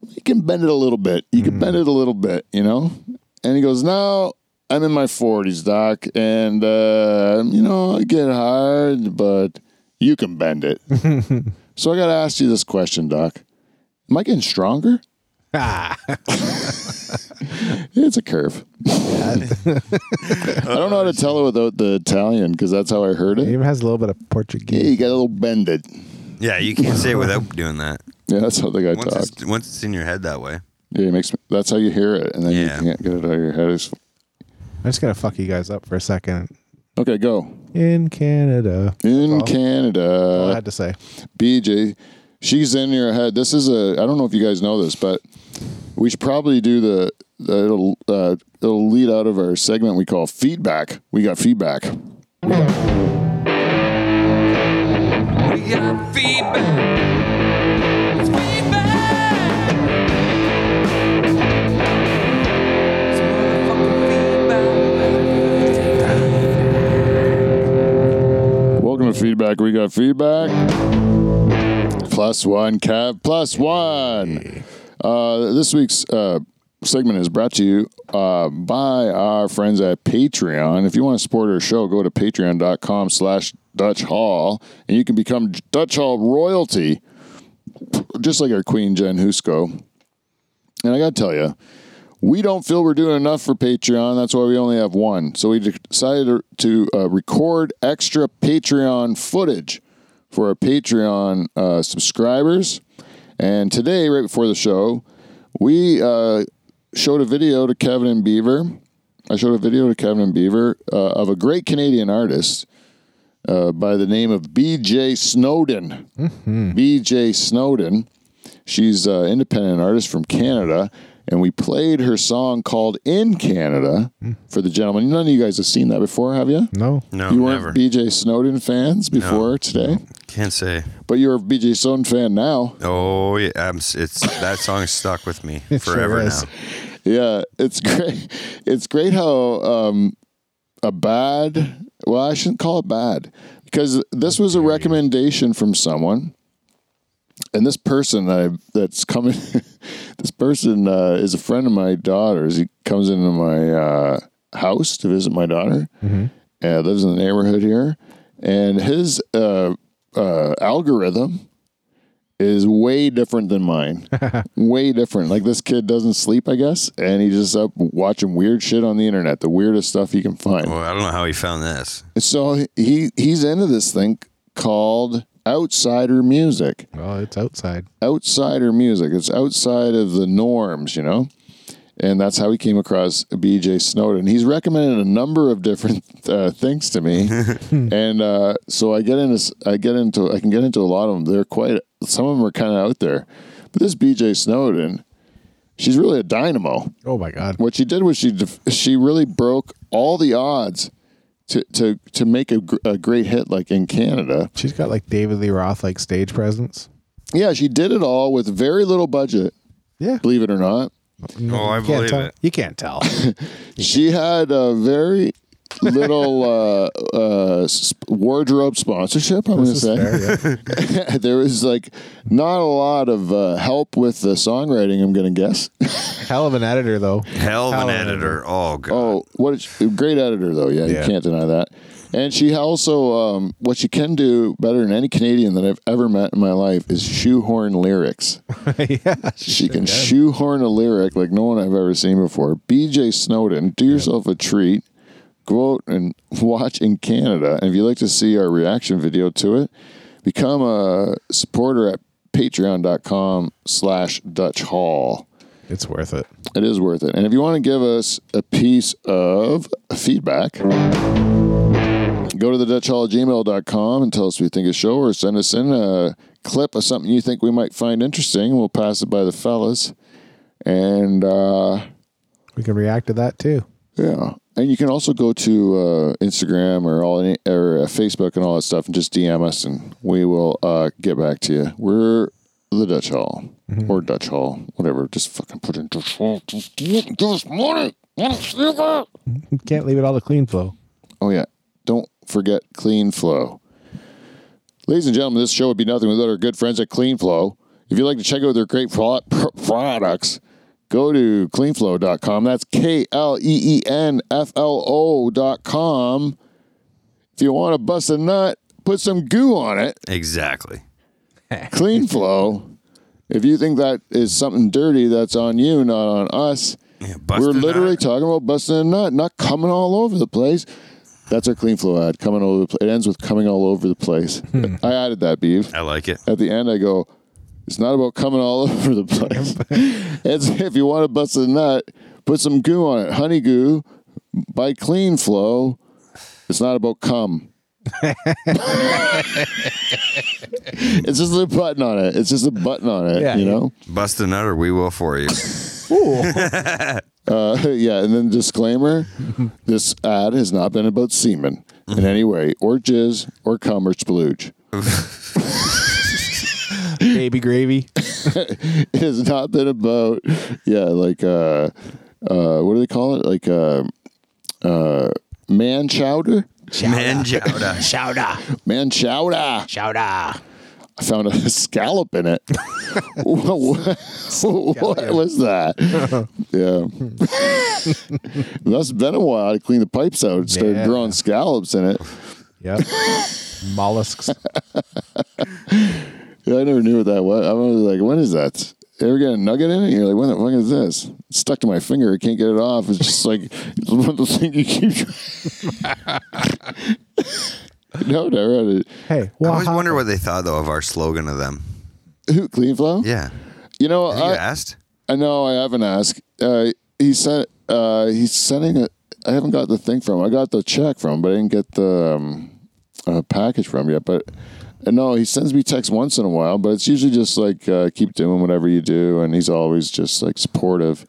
S1: You can bend it a little bit. You can bend it a little bit, you know. And he goes, now I'm in my 40s, doc, and uh, you know I get hard, but you can bend it. so I got to ask you this question, doc. Am I getting stronger?
S3: Ah,
S1: It's a curve. *laughs* I don't know how to tell it without the Italian because that's how I heard
S3: it
S1: it.
S3: even has a little bit of
S1: Yeah,
S3: Portuguese.
S1: you got a little bended.
S2: Yeah, you can't say it without doing that.
S1: Yeah, that's how the guy
S2: Once
S1: talked.
S2: it's, once it's in your head that way.
S1: Yeah, he makes that's how you hear it, and then
S2: Yeah.
S1: you can't get it out of your head. It's-
S3: I'm just gonna fuck you guys up for a second.
S1: okay, go
S3: In Canada,
S1: in
S3: Well, all I
S1: Canada.
S3: had to say.
S1: BJ, she's in your head. This is a. I don't know if you guys know this, but we should probably do the. the it'll uh, it'll lead out of our segment we call feedback. We got feedback.
S4: We got feedback. It's feedback. It's motherfucking feedback.
S1: Welcome to feedback. We got feedback. Plus one, Cav. Plus one. Uh, this week's uh, segment is brought to you uh, by our friends at Patreon. If you want to support our show, go to patreon.com slash Dutch Hall, and you can become Dutch Hall royalty, just like our queen, Jen Husko. And I got to tell you, we don't feel we're doing enough for Patreon. That's why we only have one. So we decided to uh, record extra Patreon footage for our Patreon uh, subscribers. And today, right before the show, we uh, showed a video to Kevin and Beaver. I showed a video to Kevin and Beaver uh, of a great Canadian artist uh, by the name of B.J. Snowden. B.J. Snowden. She's an independent artist from Canada, and we played her song called "In Canada" for the gentleman. None of you guys have seen that before, have you?
S3: No,
S2: No,
S1: you
S2: never.
S1: weren't BJ Snowden fans before today,
S2: Can't say.
S1: but you're a BJ Snowden fan now.
S2: Oh, yeah, I'm, s- it's that song stuck with
S3: *laughs*
S2: me
S3: sure
S2: forever
S3: is.
S2: now.
S1: Yeah, it's *laughs* great. It's great how um, a bad. Well, I shouldn't call it bad because this was a recommendation from someone, and this person that I, that's coming, *laughs* this person uh, is a friend of my daughter's. He comes into my uh, house to visit my daughter. Uh, lives in the neighborhood here, and his uh, uh, algorithm is way different than mine. way different. Like this kid doesn't sleep, I guess, and he's just up watching weird shit on the internet, the weirdest stuff he can find.
S2: Well, I don't know how he found this.
S1: So he he's into this thing called outsider music.
S3: well, it's outside.
S1: Outsider music. It's outside of the norms, you know. And that's how he came across B.J. Snowden. He's recommended a number of different uh, things to me, and uh, so I get into s- I get into I can get into a lot of them. They're quite some of them are kind of out there, but this B.J. Snowden, She's really a dynamo.
S3: Oh my God.
S1: What she did was she def- she really broke all the odds to to to make a, gr- a great hit like in Canada.
S3: She's got like David Lee Roth like stage presence.
S1: Yeah, she did it all with very little budget.
S3: Yeah.
S1: Believe it or not,
S2: Oh, I
S3: You can't
S2: believe
S3: tell.
S2: it.
S3: You
S1: *laughs*
S3: can't tell.
S1: she had a very little *laughs* uh, uh, sp- wardrobe sponsorship. I'm going to
S3: This
S1: say
S3: is fair,
S1: *laughs*
S3: yeah.
S1: there was like not a lot of uh, help with the songwriting. I'm going to guess.
S3: Hell of an editor though.
S2: Hell of an editor. Oh god.
S1: Oh, what a great editor though. Yeah, you
S3: Yeah.
S1: can't deny that. And she also, um, what she can do better than any Canadian that I've ever met in my life is shoehorn *laughs* lyrics.
S3: yeah.
S1: She can shoehorn a lyric like no one I've ever seen before. BJ Snowden, do yourself a treat. Go out and *laughs* watch in Canada. And if you'd like to see our reaction video to it, become a supporter at patreon.com slash Dutch Hall.
S3: It's worth it.
S1: It is worth it. And if you want to give us a piece of feedback, go to the Dutch Hall gmail.com and tell us what you think of the show or send us in a clip of something you think we might find interesting. We'll pass it by the fellas. And uh,
S3: We can react to that too.
S1: yeah. And you can also go to uh, Instagram or all any, or uh, Facebook and all that stuff and just DM us and we will uh, get back to you. We're the Dutch Hall or Dutch Hall, whatever. Just fucking put in Dutch Hall. Just give us money. Want a cigarette?
S3: Can't leave it all to clean flow.
S1: Oh yeah, don't forget Clean Flow. Ladies and gentlemen, this show would be nothing without our good friends at Clean Flow. If you'd like to check out their great pro- pro- products, go to cleanflow.com. That's K L E E N F L O dot com. If you want to bust a nut, put some goo on it.
S2: Exactly.
S1: Clean Flow. If you think that is something dirty, that's on you, not on us.
S2: Yeah, bust
S1: We're
S2: a nut.
S1: literally talking about busting a nut, not coming all over the place. That's our clean flow ad. Coming all over the place. It ends with coming all over the place. I added that, Beav.
S2: I like it.
S1: At the end, I go, it's not about coming all *laughs* over the place. it's if you want to bust a nut, put some goo on it. Honey goo by clean flow. It's not about cum. it's just a button on it. It's just a button on it,
S3: Yeah,
S1: you
S3: yeah.
S1: know?
S2: Bust a nut or we will for you.
S1: Uh, yeah, and then disclaimer: this ad has not been about semen in any way, or jizz, or cum, or splooge.
S3: Baby gravy.
S1: *laughs* It has not been about yeah, like uh, uh, what do they call it? Like uh, uh, man chowder,
S2: Man chowder.
S1: man chowder.
S3: Chowder.
S1: I found a *laughs* scallop in
S3: *laughs*
S1: it. what, what- what was
S3: *laughs*
S1: that? yeah, *laughs* that's been a while. I cleaned the pipes out. and Started
S3: Yeah.
S1: growing scallops in it. *laughs*
S3: Yep. Mollusks.
S1: Yeah, I never knew what that was. I was like, when is that? Ever get a nugget in it? You're like, when the fuck is this? It's stuck to my finger. I can't get it off. It's just like *laughs* it's one of those things you
S2: *laughs*
S1: keep. *laughs* no, never had
S3: Hey,
S2: I
S3: well,
S2: always wonder what they thought though of our slogan of them.
S1: it. Who clean flow?
S2: Yeah.
S1: You know,
S2: Have you
S1: I,
S2: asked?
S1: I know I haven't asked. Uh, he sent. Uh, he's sending a. I haven't got the thing from. him. I got the check from, him, but I didn't get the um, uh, package from him yet. But uh, no, he sends me texts once in a while, but it's usually just like uh, keep doing whatever you do, and he's always just like supportive.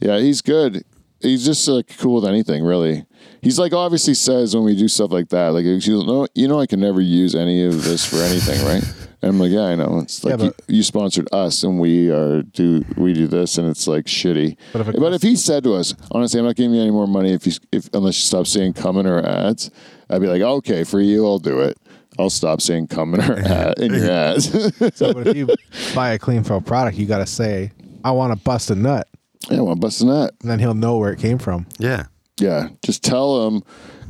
S1: Yeah, he's good. He's just like cool with anything, really. He's like obviously says when we do stuff like that, like you know, you know, I can never use any of this for anything, right? And I'm like, yeah, I know. It's like
S3: Yeah, but-
S1: you, you sponsored us, and we are do we do this, and it's like shitty. But if,
S3: But if it
S1: he said to us, honestly, I'm not giving you any more money if you if unless you stop seeing coming or ads, I'd be like, okay, for you, I'll do it. I'll stop seeing coming
S3: *laughs*
S1: or ad in your ads. *laughs*
S3: So, but if you buy a clean flow product, you got to say, I want to bust a nut.
S1: yeah, well, I'm busting that.
S3: And then he'll know where it came from.
S2: Yeah.
S1: Yeah, just tell them.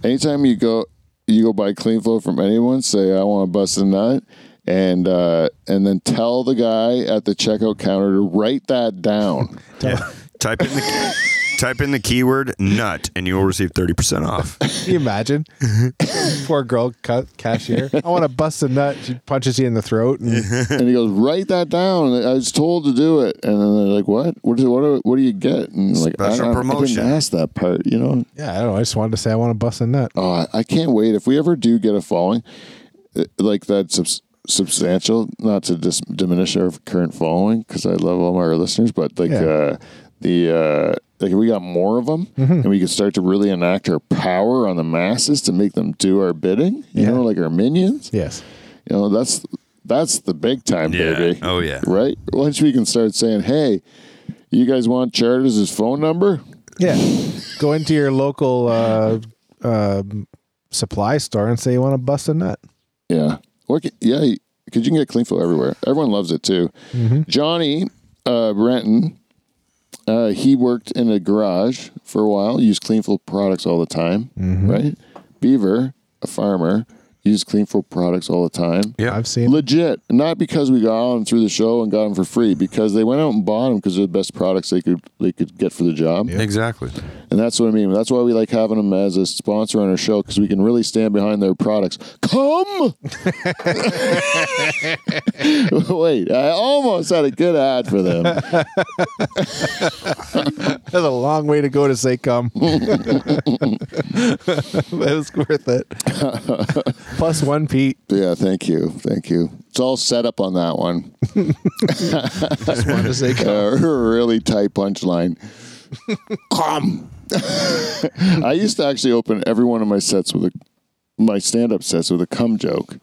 S1: Anytime you go, you go buy clean flow from anyone. Say I want to bust a nut, and uh, and then tell the guy at the checkout counter to write that down.
S2: Type in the type in the keyword nut and you will receive thirty percent off.
S3: Can you imagine? Poor girl ca- cashier. I want to bust a nut. She punches you in the throat. And
S1: and he goes, write that down. I was told to do it, and then they're like, what? What do what do, what do you get? And like, I,
S2: Special
S1: don't- I
S2: promotion.
S1: didn't ask that part. You know,
S3: yeah, I don't know. I just wanted to say, I want to bust a nut.
S1: oh, I- I can't wait if we ever do get a following uh, like that. Subs- substantial, not to dis- diminish our current following, because I love all our listeners, but like
S3: Yeah.
S1: uh, the uh, like, if we got more of them,
S3: Mm-hmm.
S1: and we could start to really enact our power on the masses to make them do our bidding. You
S3: Yeah.
S1: know, like our minions.
S3: Yes.
S1: You know, that's that's the big time,
S2: Yeah.
S1: baby.
S2: Oh, yeah.
S1: Right. Once we can start saying, "Hey, you guys want Charters' phone number?"
S3: Yeah. Go into your local uh, um supply store and say you want to bust a nut.
S1: Yeah. Or c- yeah, because you can get clean flow everywhere. Everyone loves it too. Johnny uh, Renton, uh, he worked in a garage for a while. Used clean flow products all the time, right? Beaver, a farmer, used clean flow products all the time.
S2: Yeah.
S3: I've seen.
S1: Legit, not because we got on through the show and got them for free, because they went out and bought them because they're the best products they could they could get for the job.
S2: Exactly.
S1: And that's what I mean. That's why we like having them as a sponsor on our show because we can really stand behind their products. Come! *laughs* Wait, I almost had a good ad for them.
S3: That's a long way to go to say *laughs* come. that was worth it. Plus one Pete.
S1: Yeah, thank you. Thank you. It's all set up on that one.
S3: Just wanted to say come.
S1: A really tight punchline. Come! *laughs* I used to actually open every one of my sets with a my stand-up sets with a cum joke.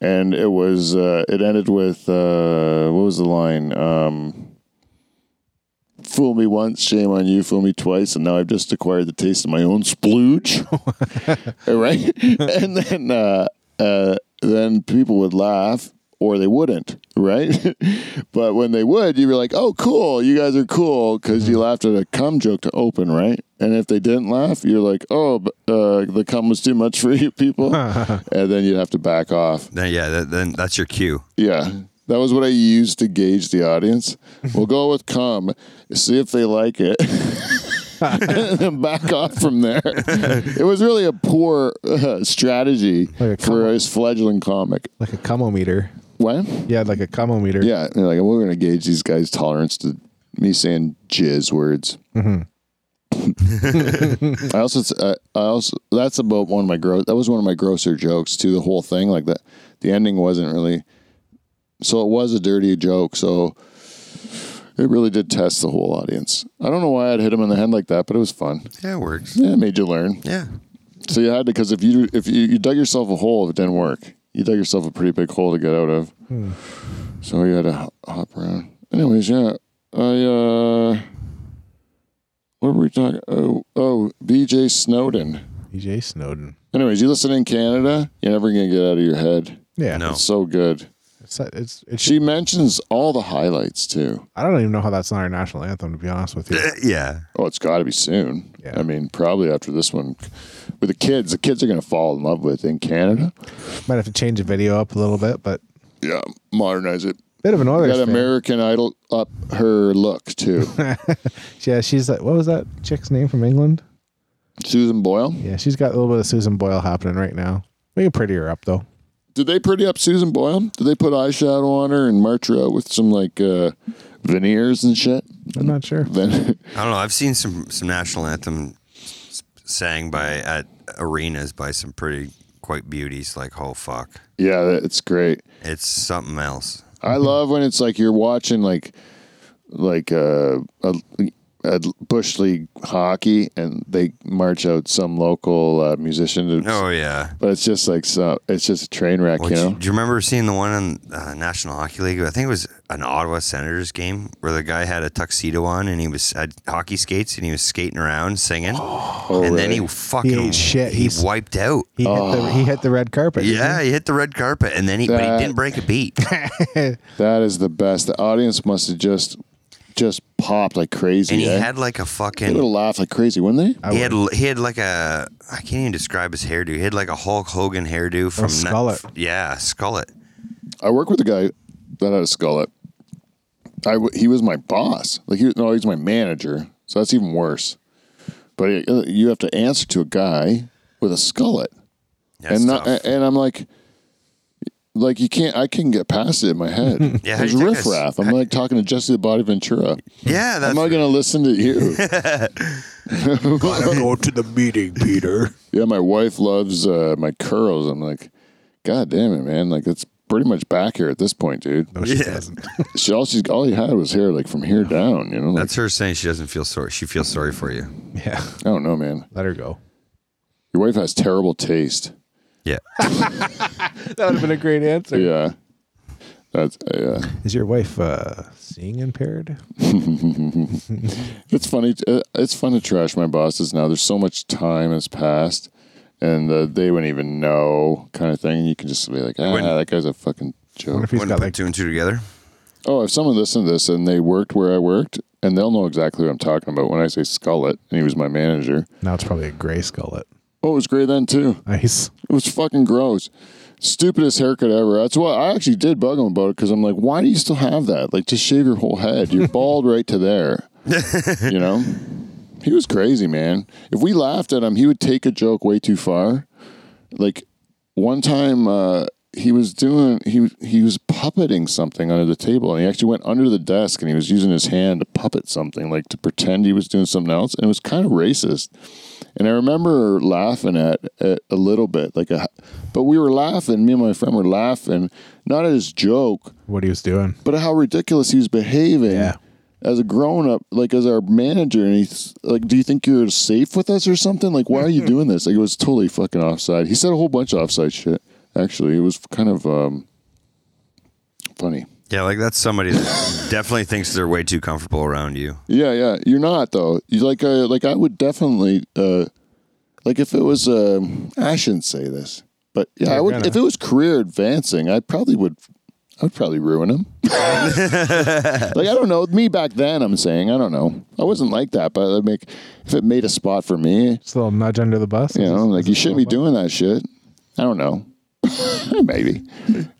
S1: And it was uh, it ended with uh, what was the line? Um, Fool me once, shame on you. Fool me twice, and now I've just acquired the taste of my own splooge. *laughs* right? And then, uh, uh, then people would laugh, or they wouldn't. Right? *laughs* but when they would, you'd be like, "Oh, cool! You guys are cool," because you laughed at a cum joke to open, right? And if they didn't laugh, you're like, "Oh, b- uh, the cum was too much for you people," and then you'd have to back off.
S2: Then, yeah. That, then that's your cue.
S1: Yeah. That was what I used to gauge the audience. We'll go with come, see if they like it, *laughs* and then back off from there. It was really a poor uh, strategy
S3: Like a
S1: for a fledgling comic.
S3: Like a cumometer.
S1: What?
S3: Yeah, like a cumometer.
S1: Yeah, they're like we're going to gauge these guys' tolerance to me saying jizz words. *laughs* I also, I I also, that's about one of my gross. That was one of my grosser jokes too. The whole thing, like that, the ending wasn't really. So it was a dirty joke. So it really did test the whole audience. I don't know why I'd hit him in the head like that, but it was fun.
S2: Yeah, it works.
S1: Yeah, it made you learn.
S2: Yeah.
S1: So you had to, because if you if you, you dug yourself a hole, if it didn't work, you dug yourself a pretty big hole to get out of. So you had to ho- hop around. Anyways, yeah, I uh, what were we talking? Oh, oh, B.J. Snowden.
S3: EJ E Snowden.
S1: Anyways, you listen in Canada, you're never gonna get out of your head.
S3: Yeah.
S2: No. *laughs*
S1: It's so good.
S3: It's, uh, it's, it's,
S1: She mentions all the highlights too.
S3: I don't even know how that's not our national anthem, to be honest with you.
S2: *laughs* Yeah.
S1: Oh, it's got to be soon.
S3: Yeah.
S1: I mean, probably after this one, with the kids, the kids are gonna fall in love with in Canada.
S3: Might have to change the video up a little bit, but
S1: Yeah, modernize it.
S3: bit of an Oilers
S1: got
S3: fan.
S1: American Idol up her look
S2: *laughs*
S1: too.
S3: Yeah, she's like, what was that chick's name from England?
S1: Susan Boyle.
S3: Yeah, she's got a little bit of Susan Boyle happening right now. We can pretty her up though.
S1: Did they pretty up Susan Boyle? Did they put eyeshadow on her and march her out with some like uh, veneers and shit? *laughs*
S3: I'm not sure.
S1: Then
S2: I don't know. I've seen some some national anthem s- sang by at arenas by some pretty quite beauties. Like oh fuck,
S1: yeah, it's great.
S2: it's something else.
S1: I love when it's like you're watching like like uh, a, a bush league hockey and they march out some local uh, musician. To,
S2: Oh yeah.
S1: But it's just like so. It's just a train wreck,
S2: Well,
S1: you
S2: do,
S1: know.
S2: you, do you remember seeing the one in uh, National Hockey League? I think it was an Ottawa Senators game where the guy had a tuxedo on and he was had hockey skates and he was skating around
S3: *gasps*
S2: singing,
S1: Oh,
S2: and then
S1: right.
S2: he fucking
S3: He ate shit.
S2: He
S3: He's-
S2: wiped out.
S3: He hit the he hit the red carpet. didn't
S2: Yeah, he hit the red carpet, and then he but
S1: That-
S2: he didn't break a
S3: *laughs*
S2: beat.
S1: That is the best. The audience must have just just popped like crazy.
S2: And he
S1: eh?
S2: had like a
S1: they would
S2: fucking
S1: have laughed like crazy, wouldn't they?
S3: I
S2: he had he had like a I can't even describe his hairdo. He had like a Hulk Hogan hairdo from na-
S3: skullet.
S2: f- yeah, skullet.
S1: I worked with a guy that had a skullet. I w- he was my boss. Like he was, no, he's my manager. So that's even worse. But it, you have to answer to a guy with a skullet,
S2: That's
S1: and not,
S2: tough.
S1: and I'm like, like you can't. I can get past it in my head.
S2: *laughs* Yeah, how
S1: it's
S2: do you think
S1: riff
S2: I s-
S1: raff. I'm like talking to Jesse the Body Ventura.
S2: yeah, that's
S1: I'm not gonna listen to you.
S3: he? Go to the meeting, Peter.
S1: yeah, my wife loves uh, my curls. I'm like, God damn it, man! Like that's pretty much back here at this point, dude.
S3: No, she
S2: Yeah.
S3: doesn't. *laughs*
S1: She all she's all he had was hair, like from here down. You know, like,
S2: That's her saying she doesn't feel sorry. She feels sorry for you.
S3: yeah,
S1: I don't know, man.
S3: let her go.
S1: Your wife has terrible taste.
S2: Yeah.
S3: That would have been a great answer.
S1: Yeah, that's yeah.
S3: Is your wife uh, seeing impaired?
S1: It's funny. uh, It's fun to trash my bosses now. There's so much time has passed, and uh, they wouldn't even know, kind of thing. You can just be like, ah,
S2: When-
S1: that guy's a fucking
S3: Wonder
S1: joke.
S3: if he's
S2: Wouldn't
S3: got
S2: put
S3: like
S2: two and two together.
S1: Oh, if someone listened to this and they worked where I worked, and they'll know exactly what I'm talking about when I say Scullet, and he was my manager.
S3: now it's probably a gray skullet.
S1: Oh, it was great then too.
S3: Nice.
S1: It was fucking gross. Stupidest haircut ever. That's why I actually did bug him about it because I'm like, why do you still have that? Like, just shave your whole head. You're bald right to there. you know? He was crazy, man. If we laughed at him, he would take a joke way too far. Like, one time uh, he was doing, he, he was puppeting something under the table and he actually went under the desk and he was using his hand to puppet something, like to pretend he was doing something else. And it was kind of racist. And I remember laughing at it a little bit, like a, but we were laughing. Me and my friend were laughing, not at his joke,
S3: What he was doing?
S1: but at how ridiculous he was behaving
S3: Yeah.
S1: as a grown up, like as our manager. And he's like, "Do you think you're safe with us or something? Like, why are you doing this?" Like, it was totally fucking offside. He said a whole bunch of offside shit. Actually, it was kind of um, funny.
S2: Yeah, like that's somebody *laughs* that definitely thinks they're way too comfortable around you.
S1: Yeah, yeah. You're not though. You like uh, like I would definitely uh like if it was um I shouldn't say this. But yeah, I
S3: You're
S1: would
S3: gonna.
S1: if it was career advancing, I probably would I'd probably ruin him. *laughs* like I don't know, me back then I'm saying, I don't know. I wasn't like that, but I make if it made a spot for me,
S3: Just a little nudge under the bus.
S1: you know, like you shouldn't be doing that shit. I don't know. *laughs* Maybe.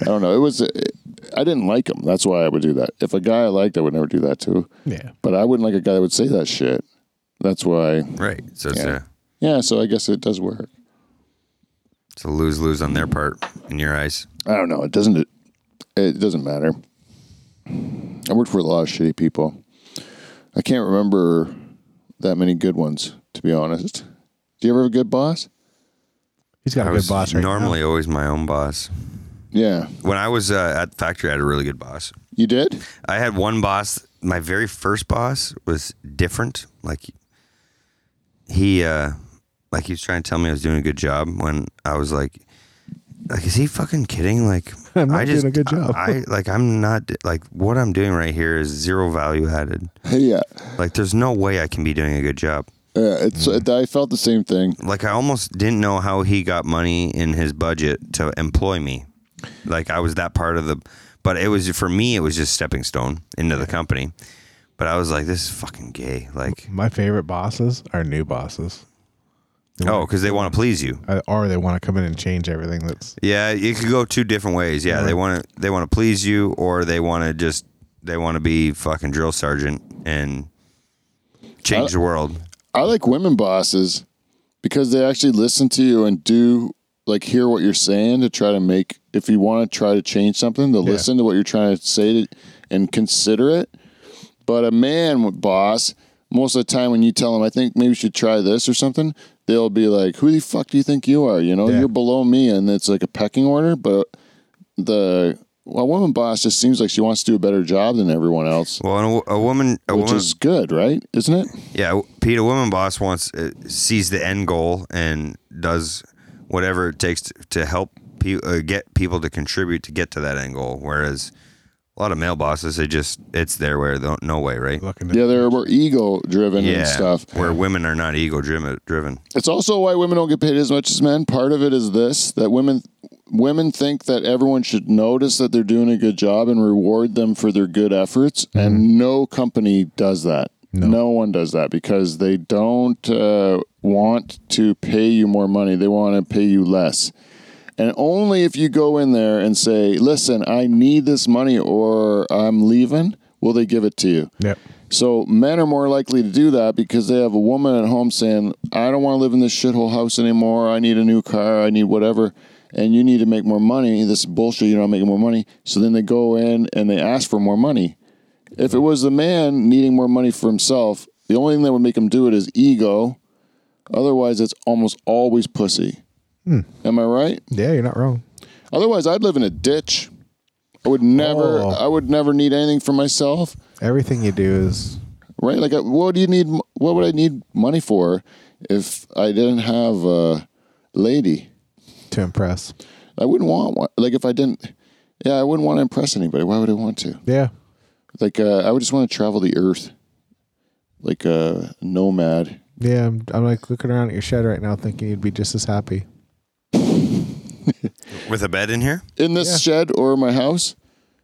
S1: I don't know. It was it, I didn't like him. That's why I would do that. If a guy I liked, I would never do that to.
S3: Yeah.
S1: But I wouldn't like a guy that would say that shit. That's why.
S2: Right. So it's
S1: Yeah.
S2: a
S1: Yeah, so I guess it does work.
S2: it's a lose lose on their part in your eyes.
S1: I don't know. It doesn't. It, it doesn't matter. I worked for a lot of shitty people. I can't remember that many good ones, to be honest. Do you ever have a good boss?
S3: He's got
S2: I
S3: a good
S2: was
S3: boss right
S2: normally always my own boss.
S1: Yeah,
S2: When I was uh, at the factory, I had a really good boss.
S1: you did. *laughs*
S2: I had one boss. My very first boss was different. Like he, uh, like he was trying to tell me I was doing a good job when I was like, like is he fucking kidding? Like
S3: *laughs* I'm not
S2: I just
S3: doing a good job.
S2: I, I- like I'm not like what I'm doing right here is zero value added.
S1: Hey, yeah,
S2: Like there's no way I can be doing a good job.
S1: yeah. It's. I felt the same thing.
S2: Like I almost didn't know how he got money in his budget to employ me. Like I was that part of the, but it was for me. It was just stepping stone into the company. But I was like, this is fucking gay. Like
S3: now. My favorite bosses are new bosses,
S2: Oh, because they want to please you.
S3: Uh, or they want to come in and change everything. That's
S2: Yeah, it could go two different ways. Yeah, they want to they want to please you, or they want to just they want to be fucking drill sergeant and change
S1: Uh,
S2: the world.
S1: I like women bosses because they actually listen to you and do like hear what you're saying to try to make if you want to try to change something, to listen to what you're trying to say to, and consider it. But a man with boss, most of the time when you tell him, I think maybe you should try this or something, they'll be like, Who the fuck do you think you are? You know,
S3: Yeah.
S1: you're below me and it's like a pecking order, but the a woman boss just seems like she wants to do a better job than everyone else.
S2: Well, and a wo- a, woman, a
S1: Which
S2: woman,
S1: is good, right? Isn't it?
S2: yeah, Pete, a woman boss wants uh, sees the end goal and does whatever it takes to, to help pe- uh, get people to contribute to get to that end goal. Whereas a lot of male bosses, they just it's their way, or no- no way, right?
S3: looking. To,
S1: Yeah, they're more ego driven
S2: Yeah,
S1: and stuff.
S2: where women are not ego driven. driven.
S1: It's also why women don't get paid as much as men. Part of it is this that women women think that everyone should notice that they're doing a good job and reward them for their good efforts, and no company does that. Mm-hmm. No. one does that because they don't uh, want to pay you more money. They want to pay you less. And only if you go in there and say, "Listen, I need this money or I'm leaving," will they give it to you.
S3: Yep.
S1: So men are more likely to do that because they have a woman at home saying, "I don't want to live in this shithole house anymore. I need a new car. I need whatever." And you need to make more money. This is bullshit. You're not making more money. So then they go in and they ask for more money. If it was the man needing more money for himself, the only thing that would make him do it is ego. Otherwise, it's almost always pussy. Am I right?
S3: Yeah, you're not wrong.
S1: Otherwise, I'd live in a ditch. I would never.
S3: Oh.
S1: I would never need anything for myself,
S3: Everything you do is
S1: right? Like, I- what do you need? What would I need money for if I didn't have a lady?
S3: to impress.
S1: I wouldn't want one. Like, if I didn't, yeah, I wouldn't want to impress anybody. Why would I want to?
S3: Yeah.
S1: Like, uh, I would just want to travel the earth, like a nomad.
S3: Yeah. I'm, I'm like looking around at your shed right now thinking you'd be just as happy.
S2: With a bed in here?
S1: in this
S3: Yeah.
S1: shed or my house,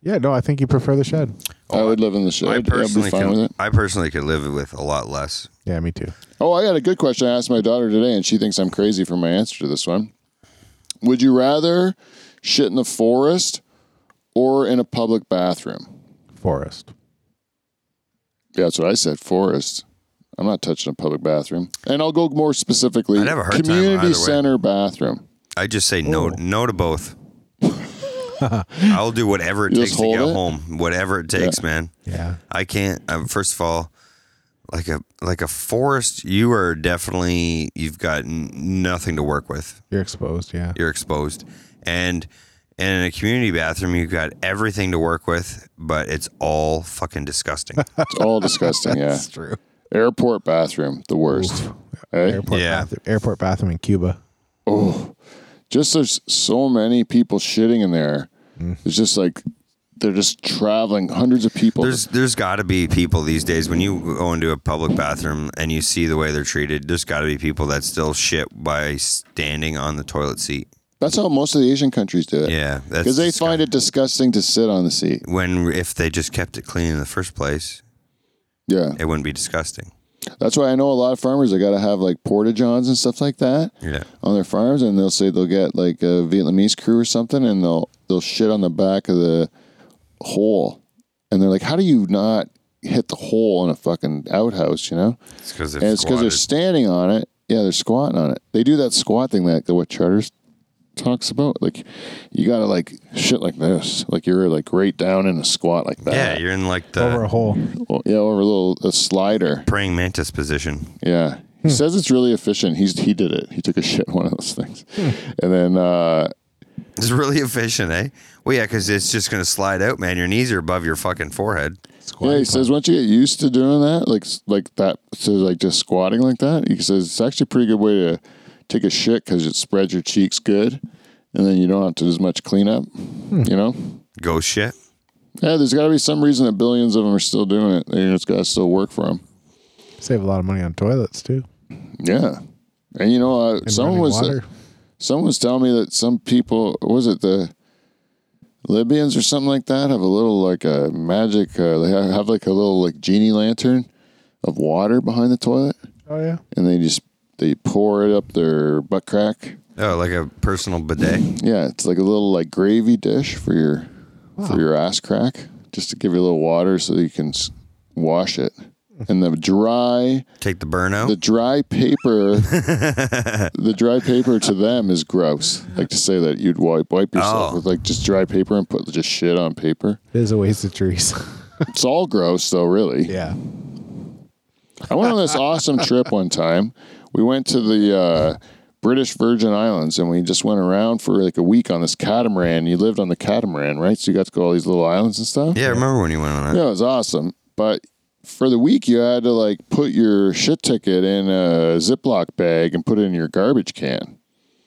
S3: Yeah. No, I think you prefer the shed.
S1: I would live in the shed.
S2: Oh, I
S1: I'd be
S2: personally
S1: fine with
S2: can,
S1: it.
S2: I personally could live with a lot less.
S3: Yeah, me too.
S1: Oh, I got a good question I asked my daughter today, and she thinks I'm crazy for my answer to this one. Would you rather shit in the forest or in a public bathroom?
S3: Forest.
S1: Yeah, that's what I said. Forest. I'm not touching a public bathroom. And I'll go more specifically.
S2: I'd have a hard time either
S1: community
S2: way.
S1: center bathroom.
S2: I just say
S1: Oh.
S2: no, no
S1: *laughs*
S2: to both. I'll do whatever it
S1: You just
S2: takes to get
S1: hold it?
S2: home. Whatever it takes, man.
S3: Yeah.
S2: I can't. Um, first of all, like a like a forest, you are definitely you've got n- nothing to work with.
S3: You're exposed. Yeah.
S2: You're exposed, and and in a community bathroom, you've got everything to work with, but it's all fucking disgusting.
S1: It's all disgusting. Yeah.
S3: true.
S1: Airport bathroom, the worst. Eh?
S3: Airport,
S2: Yeah.
S3: bathroom, airport bathroom in Cuba.
S1: oh, just there's so many people shitting in there.
S2: Mm.
S1: It's just like they're just traveling hundreds of people.
S2: There's there's got to be people these days when you go into a public bathroom and you see the way they're treated. There's got to be people that still shit by standing on the toilet seat.
S1: That's how most of the Asian countries do it.
S2: Yeah, that's
S1: because they find it disgusting to sit on the seat.
S2: when if they just kept it clean in the first place,
S1: Yeah,
S2: it wouldn't be disgusting.
S1: that's why I know a lot of farmers. They got to have like porta johns and stuff like that
S2: Yeah.
S1: on their farms, and they'll say they'll get like a Vietnamese crew or something, and they'll they'll shit on the back of the hole, and they're like, "How do you not hit the hole in a fucking outhouse?" You know.
S2: It's because
S1: and it's because they're standing on it. Yeah, they're squatting on it. They do that squat thing that what charters talks about. Like you gotta like shit like this. Like you're like right down in a squat like
S2: yeah,
S1: that.
S2: you're in like
S3: Over a
S2: the
S3: hole.
S1: Yeah, yeah over a little a slider.
S2: praying mantis position.
S1: Yeah. He says it's really efficient. He's he did it. He took a shit in one of those things, and then uh,
S2: It's really efficient, eh? Well, yeah, because it's just gonna slide out, man. Your knees are above your fucking forehead.
S3: Squatty
S1: yeah, he
S3: potty.
S1: says once you get used to doing that, like like that, so like just squatting like that, he says it's actually a pretty good way to take a shit because it spreads your cheeks good, and then you don't have to do as much cleanup.
S3: Hmm.
S1: You know,
S2: Go shit.
S1: Yeah, there's got to be some reason that billions of them are still doing it. They just got to still work for them.
S3: Save a lot of money on toilets too.
S1: Yeah, and you know, uh,
S3: And
S1: someone
S3: running
S1: was
S3: water.
S1: someone was telling me that some people what was it the Libyans or something like that have a little like a magic uh, they have have like a little like genie lantern of water behind the toilet,
S3: oh yeah.
S1: and they just they pour it up their butt crack.
S2: Oh, like a personal bidet.
S1: Yeah, it's like a little like gravy dish for your
S3: Wow.
S1: for your ass crack, just to give you a little water so you can s- wash it. And the dry
S2: Take the burn out.
S1: the dry
S3: *laughs*
S1: paper the dry paper to them is gross like to say that you'd wipe wipe yourself
S2: Oh.
S1: with like just dry paper and put just shit on paper
S3: It is a waste of trees. *laughs*
S1: it's all gross though really
S3: yeah.
S1: i went on this awesome trip one time we went to the uh, british virgin islands and we just went around for like a week on this catamaran you lived on the catamaran right so you got to go to all these little islands and stuff
S2: yeah, I remember when you went on that?
S1: Yeah, it was awesome. But for the week, you had to like put your shit ticket in a Ziploc bag and put it in your garbage can.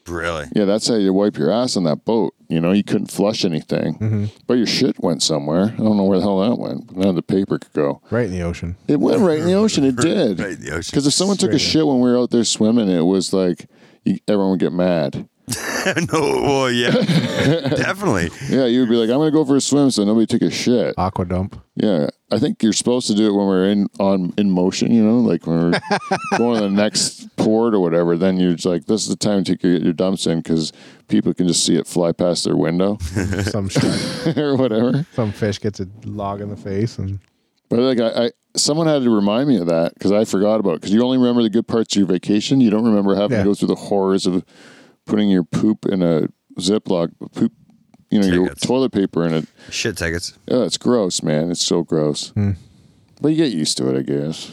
S2: Really?
S1: Yeah, that's how you wipe your ass on that boat. You know, you couldn't flush anything,
S2: Mm-hmm.
S1: but your shit went somewhere. I don't know where the hell that went. But none of the paper could go.
S3: Right in the ocean.
S1: It went right in the ocean. It did.
S2: *laughs* Right in the ocean.
S1: Because if someone took a shit when we were out there swimming, it was like you, everyone would get mad.
S2: *laughs* no.
S1: *laughs*
S2: Well, yeah, definitely.
S1: Yeah, you would be like, "I'm going to go for a swim," so nobody took a shit.
S3: Aqua dump.
S1: Yeah, I think you're supposed to do it when we're in on in motion. You know, like when we're *laughs* going to the next port or whatever. Then you're just like, this is the time to get your dumps in because people can just see it fly past their window *laughs*
S3: Some shark.
S1: or whatever.
S3: some fish gets a log in the face and
S1: But like, I, I someone had to remind me of that because I forgot about it. Because you only remember the good parts of your vacation. You don't remember having
S3: Yeah.
S1: to go through the horrors of putting your poop in a Ziploc poop. You know, your
S2: Tickets.
S1: toilet paper in it.
S2: Shit tickets.
S1: Oh, it's gross, man. It's so gross. But you get used to it, I guess.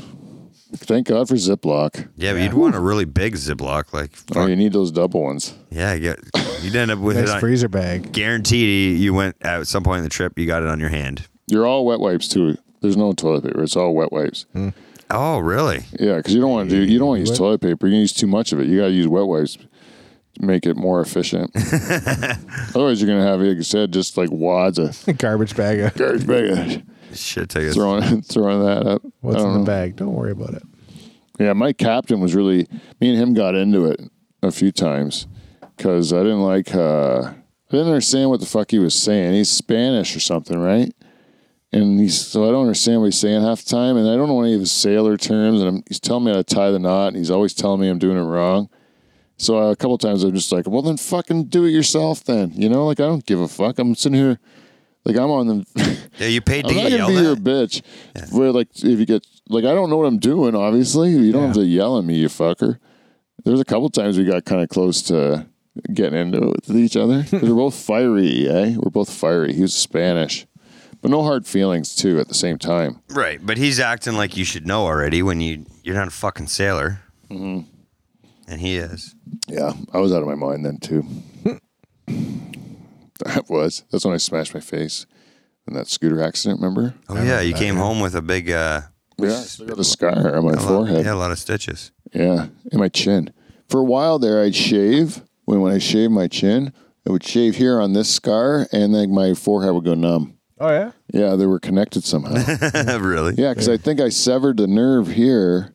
S1: Thank God for Ziploc.
S2: Yeah, but you'd want a really big Ziploc, like
S1: Oh, you need those double ones.
S2: Yeah, I get You'd end up with
S3: Nice
S2: it. On,
S3: freezer bag. *laughs*
S2: guaranteed, you went at some point in the trip. You got it on your hand.
S1: You're all wet wipes too. There's no toilet paper. It's all wet wipes.
S2: Oh, really?
S1: Yeah, because you don't want to do. You don't want to use
S3: What?
S1: toilet paper. You can use too much of it. You got to use wet wipes to make it more
S3: *laughs*
S1: efficient. Otherwise, you're gonna have, like you said, just like wads of *laughs*
S3: Garbage bag. Of,
S1: garbage bag
S2: Shit, take us.
S1: throwing throwing that up.
S3: what's
S1: I
S3: in
S1: don't
S3: the
S1: know.
S3: bag? Don't worry about it.
S1: Yeah, my captain was really. Me and him got into it a few times because I didn't like. Uh, I didn't understand what the fuck he was saying. He's Spanish or something, right? And he's so I don't understand what he's saying half the time, and I don't know any of his sailor terms. And I'm, he's telling me how to tie the knot, and he's always telling me I'm doing it wrong. So uh, a couple times I'm just like, well, then fucking do it yourself, then. You know, like I don't give a fuck. I'm sitting here, like I'm on the. *laughs*
S2: Yeah, you paid to
S1: I'm
S2: get
S1: not gonna be
S2: yelled
S1: your
S2: at.
S1: bitch. Where like if you get like I don't know what I'm doing. Obviously, you don't have to yell at me, you fucker. There's a couple times we got kind of close to getting into it with each *laughs* other. 'Cause we're both fiery, eh? We're both fiery. He was Spanish, but no hard feelings too. At the same time,
S2: Right, but he's acting like you should know already when you you're not a fucking sailor.
S1: Mm-hmm.
S2: And he is.
S1: yeah, I was out of my mind then too. *laughs* that was that's when I smashed my face in that scooter accident. Remember?
S2: Oh yeah, you came home with a big uh
S1: Yeah, I still got a scar on my
S2: a lot,
S1: forehead.
S2: yeah, a lot of stitches. *laughs*
S1: Yeah, and my chin. For a while there, I'd shave. When when I shaved my chin, I would shave here on this scar, and then my forehead would go numb.
S3: Oh yeah.
S1: Yeah, they were connected somehow.
S2: *laughs* really?
S1: yeah, because I think I severed the nerve here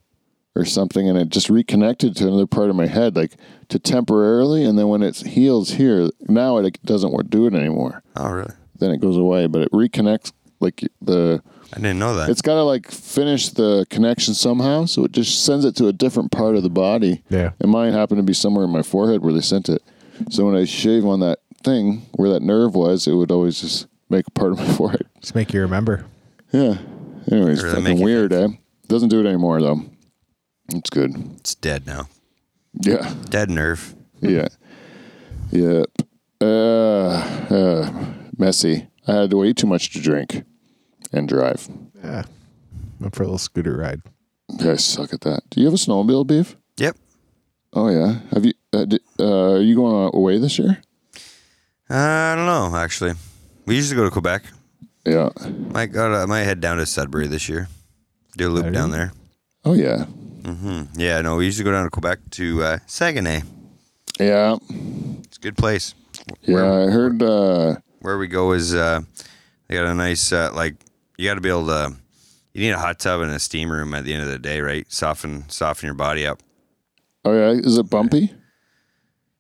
S1: or something, and it just reconnected to another part of my head, like to temporarily. And then when it heals here, now it doesn't wa- do it anymore.
S2: Oh really?
S1: Then it goes away, but it reconnects like the
S2: I didn't know that.
S1: it's got to like finish the connection somehow, so it just sends it to a different part of the body.
S3: Yeah.
S1: And mine happened to be somewhere in my forehead where they sent it. So when I shave on that thing where that nerve was, it would always just make a part of my *laughs* forehead.
S3: Just make you remember.
S1: Yeah. Anyways,
S2: Really make
S1: fucking
S2: it-
S1: weird, eh? Doesn't do it anymore though. It's good.
S2: It's dead now.
S1: Yeah.
S2: Dead nerve.
S1: Yeah. Yep. Uh, uh, messy. I had way too much to drink and drive.
S3: Yeah. Went for a little scooter ride.
S1: I suck at that. Do you have a snowmobile, Beef?
S2: Yep.
S1: Oh yeah. Have you? Uh, di uh, are you going away this year?
S2: Uh, I don't know actually. We used to go to Quebec.
S1: Yeah.
S2: Might go to, might head down to Sudbury this year. Do a loop
S3: Saturday?
S2: down there.
S1: Oh yeah.
S2: Mm-hmm. Yeah, no, we used to go down to Quebec to uh, Saguenay.
S1: Yeah.
S2: It's a good place.
S1: Yeah. I heard. Uh,
S2: where we go is uh, they got a nice uh, like you got to be able to you need a hot tub and a steam room at the end of the day right soften soften your body up
S1: oh yeah. Is it bumpy?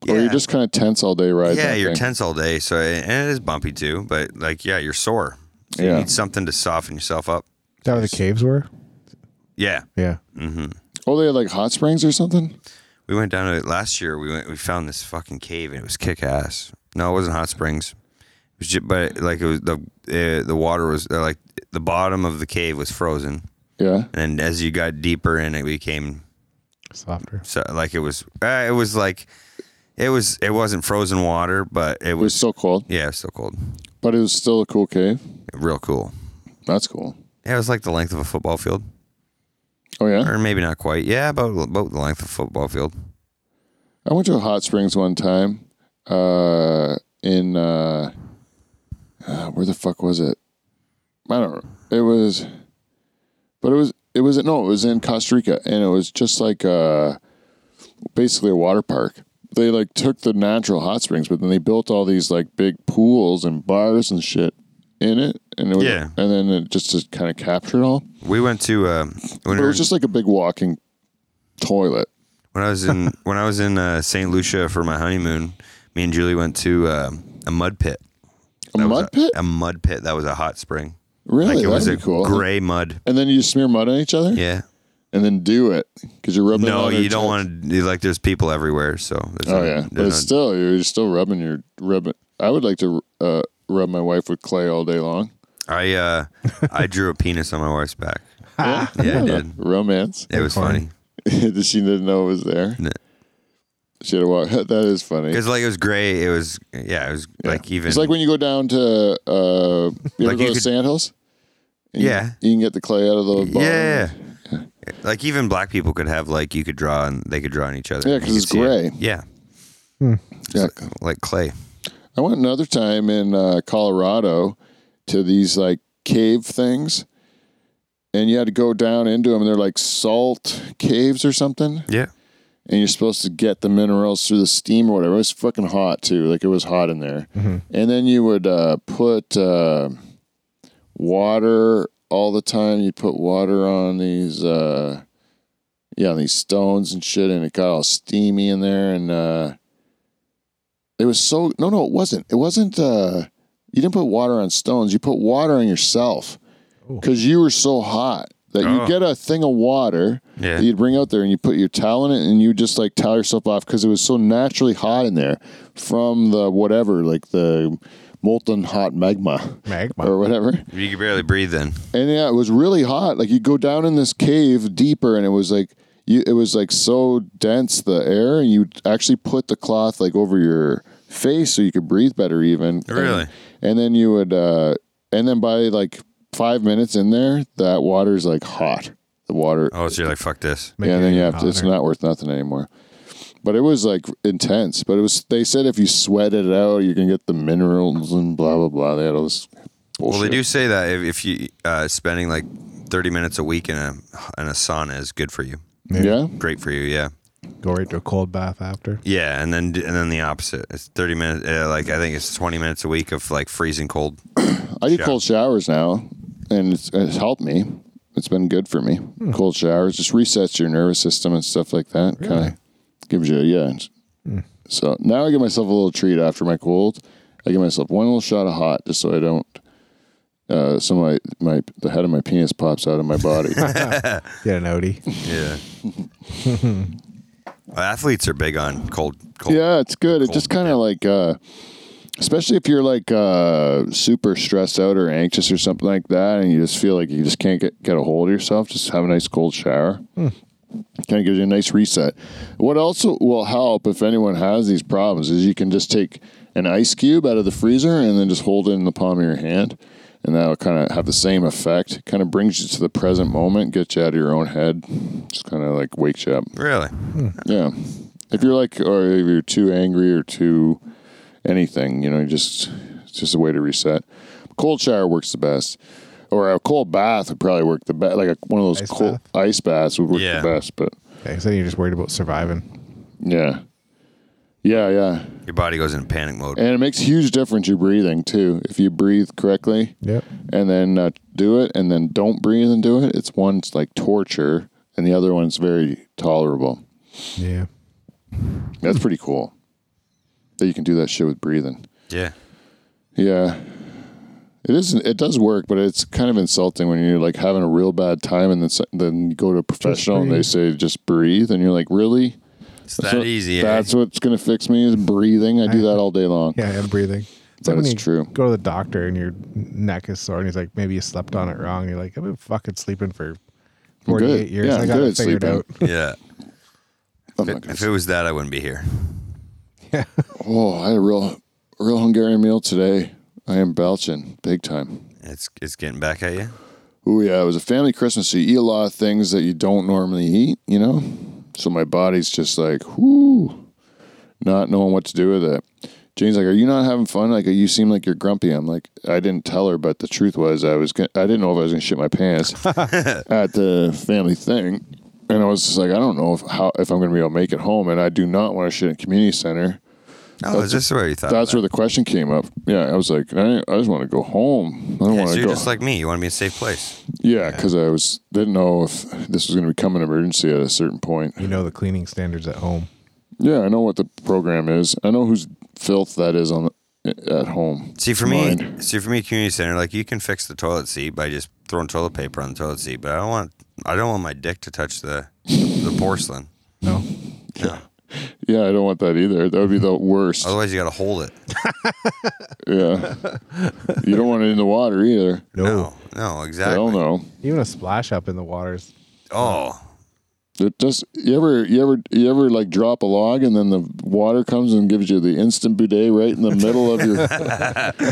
S1: Or
S2: Yeah.
S1: you're Oh, just kind of tense all day, right?
S2: yeah you're tense all day so and it is bumpy too but like yeah you're sore so you
S1: Yeah.
S2: need something to soften yourself up
S3: Is that where the caves were?
S2: yeah mm-hmm.
S3: Yeah.
S1: Oh, they had like hot springs or something.
S2: we went down to it last year we went we found this fucking cave and it was kick ass no it wasn't hot springs it was just, but like it was the uh, the water was uh, like the bottom of the cave was frozen
S1: Yeah.
S2: and as you got deeper in it became
S3: Softer.
S2: So like it was, uh, it was like, it was, it wasn't frozen water, but it
S1: It was
S2: was,
S1: still cold,
S2: yeah, it was still cold,
S1: but it was still a cool cave.
S2: real cool.
S1: That's cool.
S2: Yeah, it was like the length of a football field,
S1: Oh yeah.
S2: or maybe not quite. Yeah, about about the length of a football field.
S1: I went to a hot springs one time. Uh, in uh, uh, where the fuck was it? I don't. know. It was, but it was it was no, it was in Costa Rica, and it was just like uh, basically a water park. They like took the natural hot springs, but then they built all these like big pools and bars and shit in it, and it was,
S2: Yeah.
S1: and then it just to kind of capture it all.
S2: We went to um, when,
S1: But
S2: we
S1: it
S2: were,
S1: was just like a big walking toilet.
S2: when I was in
S1: *laughs*
S2: when I was in uh, Saint Lucia for my honeymoon. Me and Julie went to um a mud pit.
S1: A
S2: That was
S1: mud pit?
S2: A mud pit that was a hot spring.
S1: Really?
S2: like it was
S1: That'd
S2: a
S1: be cool.
S2: gray mud.
S1: And then you smear mud on each other?
S2: Yeah.
S1: And then do it because you're rubbing
S2: No,
S1: on
S2: you don't want to. Like, there's people everywhere, so there's
S1: Oh,
S2: no-
S1: yeah. But
S2: there's
S1: it's
S2: no-
S1: still, you're still rubbing your rubbing. I would like to uh, rub my wife with clay all day long.
S2: I uh, I drew a penis on my
S1: *laughs*
S2: wife's back.
S1: Yeah,
S2: Yeah, I did.
S1: *laughs* Romance.
S2: It was
S3: Corny.
S1: *laughs*
S2: funny
S1: she didn't know it was there.
S2: No.
S1: She had to walk. *laughs* That is funny.
S2: because like it was gray. It was yeah. It was like even
S1: It's like when you go down to, uh, you ever
S2: Like
S1: go
S2: you
S1: to
S2: could-
S1: Sand Hills? You-
S2: Yeah.
S1: You can get the clay out of the bottom.
S2: yeah, like even black people could have like you could draw and they could draw on each other.
S1: Yeah,
S2: and you
S1: 'cause
S2: could
S1: it's
S2: see it.
S1: gray. Hmm.
S2: Yeah,
S1: Yeah.
S2: like clay.
S1: I went another time in uh, Colorado to these like cave things, and you had to go down into them. They're like salt caves or something,
S2: Yeah.
S1: and you're supposed to get the minerals through the steam or whatever. It was fucking hot too. Like it was hot in there, and then you would uh, put uh, water all the time. You put water on these. Uh, yeah, on these stones and shit, and it got all steamy in there, and uh, it was so no no it wasn't it wasn't uh you didn't put water on stones you put water on yourself because you were so hot that you
S2: Oh.
S1: get a thing of water
S2: Yeah.
S1: that you'd bring out there and you put your towel in it and you just like towel yourself off because it was so naturally hot in there from the whatever like the molten hot magma
S3: Magma.
S1: or whatever
S2: You could barely breathe then.
S1: and yeah, it was really hot. Like you go down in this cave deeper, and it was like you, it was like so dense the air, and you actually put the cloth like over your face so you could breathe better, even.
S2: Really?
S1: And, and then you would, uh and then by like five minutes in there, that water's like hot. The water,
S2: Oh, so you're like, fuck this.
S3: Make
S1: yeah.
S3: it
S1: Then you
S3: even
S1: have to. It's
S3: hotter.
S1: not worth nothing anymore. But it was like intense. But it was. They said if you sweat it out, you can get the minerals and blah blah blah. They had all this. Bullshit.
S2: Well, they do say that if, if you uh, spending like 30 minutes a week in a in a sauna is good for you,
S1: Yeah.
S2: great for you. Yeah,
S3: Go right to a cold bath after.
S2: yeah, and then and then the opposite. It's 30 minutes. Uh, like I think it's 20 minutes a week of like freezing cold.
S1: I get
S2: Yeah.
S1: cold showers now, and it's, it's helped me. It's been good for me. Cold showers just resets your nervous system and stuff like that. Kind of gives you yeah. it's- So now I give myself a little treat after my cold. I give myself one little shot of hot just so I don't. Uh, so my my the head of my penis pops out of my body.
S3: Get an
S1: *laughs*
S3: Odie.
S2: Yeah. Athletes are big on cold. cold.
S1: yeah, it's good. It just kind of like, uh, especially if you're like uh, super stressed out or anxious or something like that, and you just feel like you just can't get, get a hold of yourself, just have a nice cold shower. Kind of gives you a nice reset. What also will help if anyone has these problems is you can just take an ice cube out of the freezer and then just hold it in the palm of your hand. And that'll kind of have the same effect. Kind of brings you to the present moment, gets you out of your own head, just kind of like wakes you up.
S2: Really?
S1: Yeah. If you're like, or if you're too angry or too anything, you know, you just it's just a way to reset. Cold shower works the best, or a cold bath would probably work the best. Like a, one of those
S3: Ice
S1: cold
S3: bath?
S1: ice baths would work
S2: Yeah.
S1: the best. But
S3: Because then you're just worried about surviving.
S1: yeah, yeah, yeah,
S2: Your body goes into panic mode.
S1: and it makes huge difference your breathing too. If you breathe correctly,
S3: Yep.
S1: and then uh, do it, and then don't breathe and do it, it's one's like torture, and the other one's very tolerable.
S3: Yeah.
S1: That's pretty cool that you can do that shit with breathing.
S2: Yeah.
S1: Yeah. It is. It does work, but it's kind of insulting when you're like having a real bad time, and then s- then you go to a professional and they say just breathe, and you're like, really?
S2: It's that
S1: So
S2: easy. eh?
S1: That's what's gonna fix me is breathing. I do that all day long.
S3: Yeah, and breathing. It's
S1: That
S3: when
S1: is
S3: you
S1: true.
S3: Go to the doctor and your neck is sore, and he's like, maybe you slept on it wrong. You're like, I've been fucking sleeping for 48
S1: good.
S3: years.
S1: Yeah,
S3: I
S1: I'm
S3: got
S1: good
S3: it
S1: at
S3: figured
S1: sleeping.
S3: out.
S1: *laughs*
S2: yeah.
S1: Oh, my
S2: If,
S1: goodness.
S2: if it was that, I wouldn't be here.
S1: oh, I had a real, real Hungarian meal today. I am belching big time.
S2: It's it's getting back at you.
S1: Oh yeah, it was a family Christmas. So you eat a lot of things that you don't normally eat, you know. So my body's just like, whoo, not knowing what to do with it. Jane's like, "Are you not having fun? Like, you seem like you're grumpy." I'm like, I didn't tell her, but the truth was, I was, gonna, I didn't know if I was gonna shit my
S2: *laughs*
S1: pants at the family thing, and I was just like, I don't know if how if I'm gonna be able to make it home, and I do not want to shit in community center.
S2: Oh, is this where you thought?
S1: That's
S2: of
S1: where the question came up. Yeah, I was like, I, I just want to go home. I don't
S2: that? Yeah,
S1: want
S2: so
S1: to
S2: you're
S1: go.
S2: just like me. You want to be in a safe place.
S1: Yeah, because I was didn't know if this was going to become an emergency at a certain point.
S3: You know the cleaning standards at home.
S1: Yeah, I know what the program is. I know whose filth that is on the, at home.
S2: See, for me,
S1: Mine.
S2: see, for me, community center, like you can fix the toilet seat by just throwing toilet paper on the toilet seat, but I don't want, I don't want my dick to touch the, the porcelain.
S3: No.
S2: No.
S1: Yeah, I don't want that either. That would be the worst.
S2: Otherwise, you got to hold it.
S1: Yeah, you don't want it in the water either.
S3: No.
S2: No, no, exactly.
S1: Hell no.
S3: Even a splash up in the waters.
S2: Oh,
S1: It just you ever you ever you ever like drop a log and then the water comes and gives you the instant boudet right in the middle of your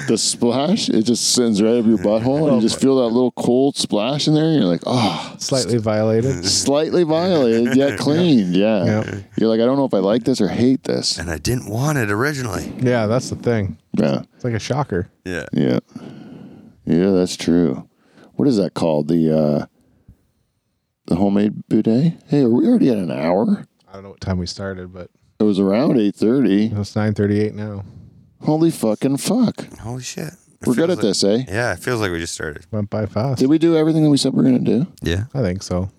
S1: the splash. It just sends right up your butthole and you just feel that little cold splash in there. And you're like, oh, *laughs*
S3: Slightly violated.
S1: slightly violated
S2: *laughs*
S1: yet cleaned. Yeah,
S3: Yep.
S1: you're like, I don't know if I like this or hate this.
S2: and I didn't want it originally.
S3: Yeah, that's the thing.
S1: Yeah,
S3: It's like a shocker.
S2: Yeah.
S1: yeah, yeah. That's true. What is that called? The uh, the homemade boudet. Hey, are we already at an hour?
S3: I don't know what time we started, but
S1: It was around eight thirty.
S3: it's nine thirty-eight now.
S1: Holy fucking fuck.
S2: Holy shit. It
S1: We're good at
S2: feels like-
S1: this, eh?
S2: Yeah, it feels like we just started.
S3: Went by fast.
S1: Did we do everything that we said we are going to do?
S2: Yeah.
S3: I think so.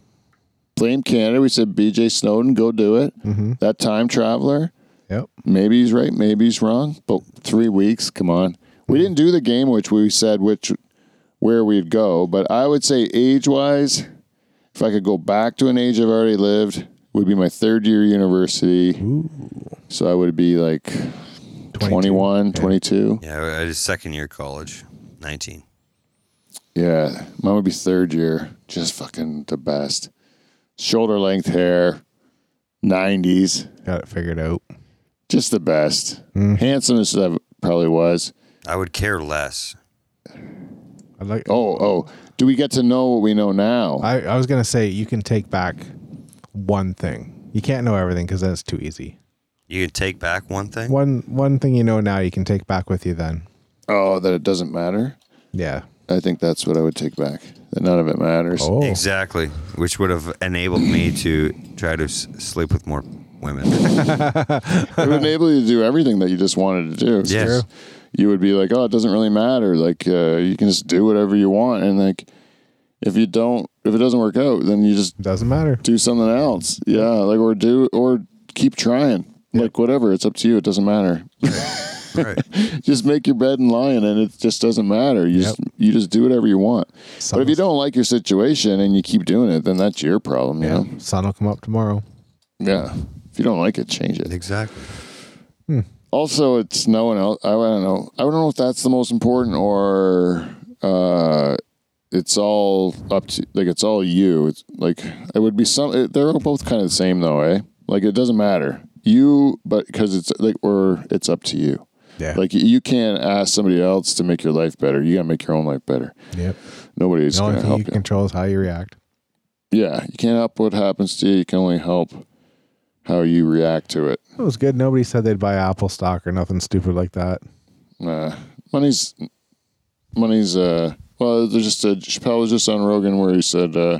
S1: Blame Canada. We said BJ Snowden, go do it.
S3: Mm-hmm.
S1: That time traveler,
S3: Yep.
S1: maybe he's right, maybe he's wrong, but three weeks, come on. We didn't do the game, which we said which where we'd go, but I would say age wise, if I could go back to an age I've already lived, would be my third year university. So I would be like 21, 22.
S2: Yeah, I just second year college, 19.
S1: Yeah, mine would be third year. Just fucking the best. Shoulder length hair, 90s.
S3: Got it figured out.
S1: Just the best. Handsomest I probably was.
S2: I would care less.
S3: I like.
S1: Oh, oh. Do we get to know what we know now?
S3: I, I was gonna say you can take back one thing. You can't know everything because that's too easy.
S2: You can take back one thing.
S3: One one thing you know now, you can take back with you then.
S1: oh, that it doesn't matter?
S3: Yeah.
S1: I think that's what I would take back. That none of it matters.
S3: Oh,
S2: Exactly, which would have enabled me to try to s- sleep with more women.
S1: It would enable you to do everything that you just wanted to do.
S2: Yes. True.
S1: You would be like, oh, it doesn't really matter. Like, uh, you can just do whatever you want. And, like, if you don't, if it doesn't work out, then you just
S3: doesn't matter.
S1: do something else. Yeah, like or do or keep trying. Like whatever, it's up to you. It doesn't matter.
S2: right.
S1: just make your bed and lie in, it, and it just doesn't matter. You just you just do whatever you want. but if you don't like your situation and you keep doing it, then that's your problem. You know?
S3: Sun will come up tomorrow.
S1: Yeah. If you don't like it, change it.
S2: Exactly.
S1: Also, it's no one else. I don't know. I don't know if that's the most important or uh, it's all up to like it's all you. It's like it would be some. It, they're all both kind of the same though, eh? Like it doesn't matter you, but because it's like or it's up to you.
S3: Yeah.
S1: Like you can't ask somebody else to make your life better. You gotta make your own life better.
S3: Yep.
S1: Nobody's
S3: The only
S1: gonna
S3: thing
S1: help you.
S3: you can control is how you react.
S1: yeah, you can't help what happens to you. You can only help how you react to it.
S3: It was good. Nobody said they'd buy Apple stock or nothing stupid like that.
S1: Nah, Uh, money's money's. Uh, well, there's just a Chappelle was just on Rogan where he said uh,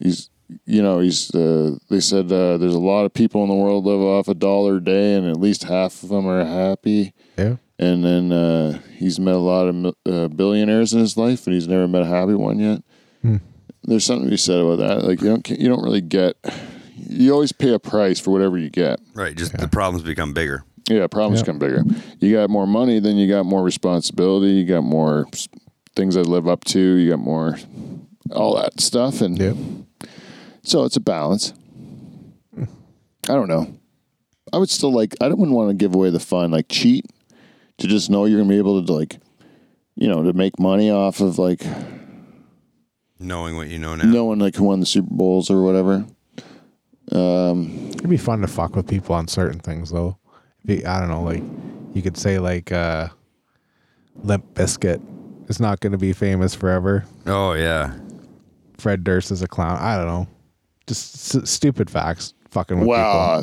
S1: he's you know he's uh, they said uh, there's a lot of people in the world live off a dollar a day and at least half of them are happy.
S3: Yeah.
S1: And then uh, he's met a lot of mil- uh, billionaires in his life, and he's never met a happy one yet. There's something to be said about that. Like you don't you don't really get. You always pay a price for whatever you get.
S2: Right. Just the problems become bigger.
S1: Yeah, problems
S3: Yeah.
S1: come bigger. You got more money, then you got more responsibility. You got more s- things to live up to. You got more all that stuff, and
S3: Yep.
S1: so it's a balance. I don't know. I would still like. I don't want to give away the fun, like cheat, to just know you're gonna be able to like, you know, to make money off of like
S2: Knowing what you know now.
S1: knowing like who won the Super Bowls or whatever.
S3: It'd be fun to fuck with people on certain things, though. Be, I don't know, like you could say like uh, Limp Biscuit is not going to be famous forever.
S2: Oh yeah.
S3: Fred Durst is a clown. I don't know, just s- stupid facts. Fucking with
S1: Wow. uh,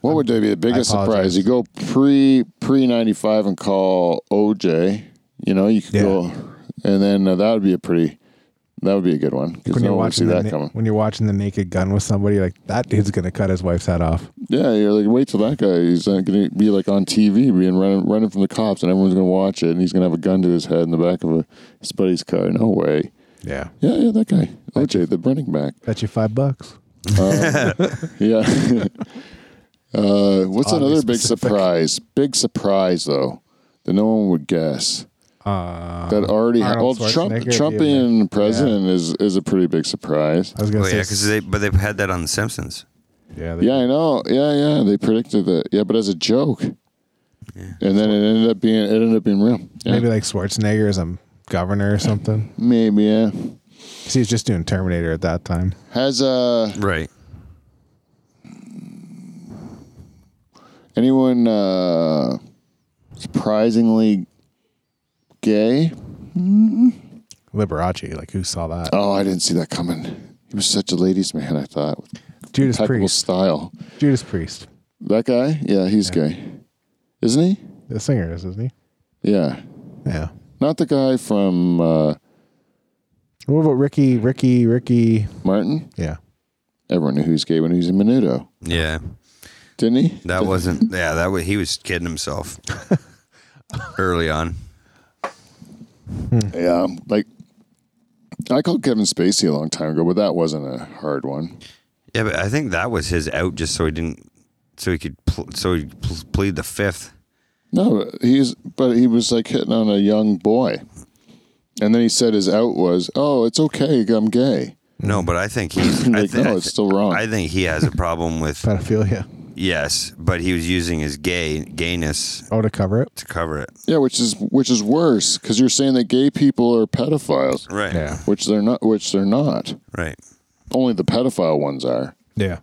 S1: What would be the biggest
S3: apologize.
S1: surprise? You go pre pre ninety five and call OJ. You know, you could
S3: Yeah.
S1: go, and then uh, that would be a pretty, that would be a good one
S3: people.
S1: because no one would see
S3: the
S1: that
S3: na-
S1: coming.
S3: when you're watching the Naked Gun with somebody, like that dude's going to cut his wife's head off.
S1: Yeah, you're like, wait till that guy. He's going to be like on TV, being running running from the cops, and everyone's going to watch it, and he's going to have a gun to his head in the back of a, his buddy's car. No way.
S3: Yeah,
S1: Yeah, yeah, that guy, OJ, the running back.
S3: bet you five bucks.
S1: Yeah. *laughs* uh, what's
S3: Oddly
S1: another big
S3: specific.
S1: surprise? Big surprise though that no one would guess.
S3: Uh,
S1: That already ha- well,
S3: Arnold
S1: Trump
S3: Schwarzenegger
S1: Trump
S3: being
S1: being president is is a pretty big surprise.
S3: I was going
S2: Oh
S3: to
S2: yeah,
S3: say,
S2: because they but they've had that on The Simpsons.
S3: yeah, they-
S1: Yeah, I know. Yeah, yeah. They predicted that. Yeah, but as a joke. And then it ended up being it ended up being real. Yeah.
S3: maybe like Schwarzenegger is a governor or something.
S1: Maybe yeah.
S3: Because he was just doing Terminator at that time.
S1: Has uh
S2: Right.
S1: anyone uh surprisingly gay?
S3: Liberace, like who saw that?
S1: Oh, I didn't see that coming. He was such a ladies' man. I thought
S3: Judas
S1: impeccable
S3: Priest.
S1: style.
S3: Judas Priest.
S1: That guy, yeah, he's gay, isn't he?
S3: The singer is, isn't he?
S1: Yeah,
S3: Yeah.
S1: not the guy from uh,
S3: What about Ricky? Ricky? Ricky?
S1: Martin.
S3: Yeah.
S1: Everyone knew he was gay when he was in Menudo,
S2: Yeah.
S1: didn't he?
S2: That wasn't. Yeah. That was. He was kidding
S1: *laughs*
S2: himself early on.
S1: Yeah, like I called Kevin Spacey a long time ago, but that wasn't a hard one.
S2: Yeah, but I think that was his out, just so he didn't, so he could, pl- so he pl- plead the fifth.
S1: No, he's but he was like hitting on a young boy, and then he said his out was, "Oh, it's okay, I'm gay."
S2: No, but I think
S1: *laughs*
S2: he's. I
S1: Mm. Like,
S2: thi-
S1: no,
S2: I
S1: it's
S2: thi-
S1: still wrong.
S2: I think he has a
S1: *laughs*
S2: problem with
S3: Pedophilia.
S2: yes, but he was using his gay gayness
S3: Oh, to cover it.
S2: to cover it.
S1: Yeah, which is which is worse because you're saying that gay people are pedophiles,
S2: Right.
S1: which they're not. Which they're not.
S2: Right.
S1: Only the pedophile ones are.
S3: Yeah.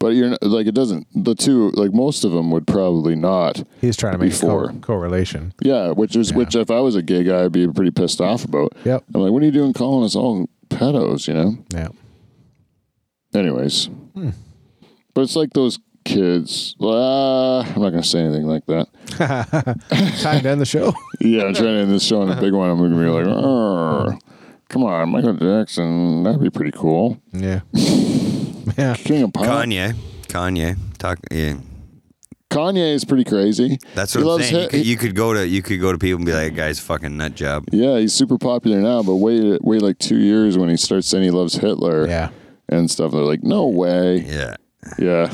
S1: But you're not, like it doesn't. The two like most of them would probably not.
S3: He's trying to make a
S1: Before.
S3: co- correlation.
S1: Yeah, which is which. If I was a gay guy, I'd be pretty pissed off about.
S3: Yep.
S1: I'm like, what are you doing calling us all pedos? You know.
S3: Yeah.
S1: Anyways, but it's like those kids. Uh, I'm not gonna say anything like that.
S3: Time to end
S1: *laughs*
S3: the show.
S1: Yeah, I'm trying to end this show on a big one. I'm gonna be like, "Arr, come on, Michael Jackson. That'd be pretty cool.
S3: yeah. Yeah.
S1: King of pop.
S2: Kanye. Kanye. Talk. Yeah.
S1: Kanye is pretty crazy.
S2: That's
S1: He
S2: what I'm
S1: loves
S2: saying. You
S1: hit-
S2: could, you could go to you could go to people and be like, "Guy's fucking nut job."
S1: Yeah, he's super popular now, but wait, wait like two years when he starts saying he loves Hitler
S3: Yeah.
S1: and stuff. They're like, no way.
S2: Yeah.
S1: Yeah.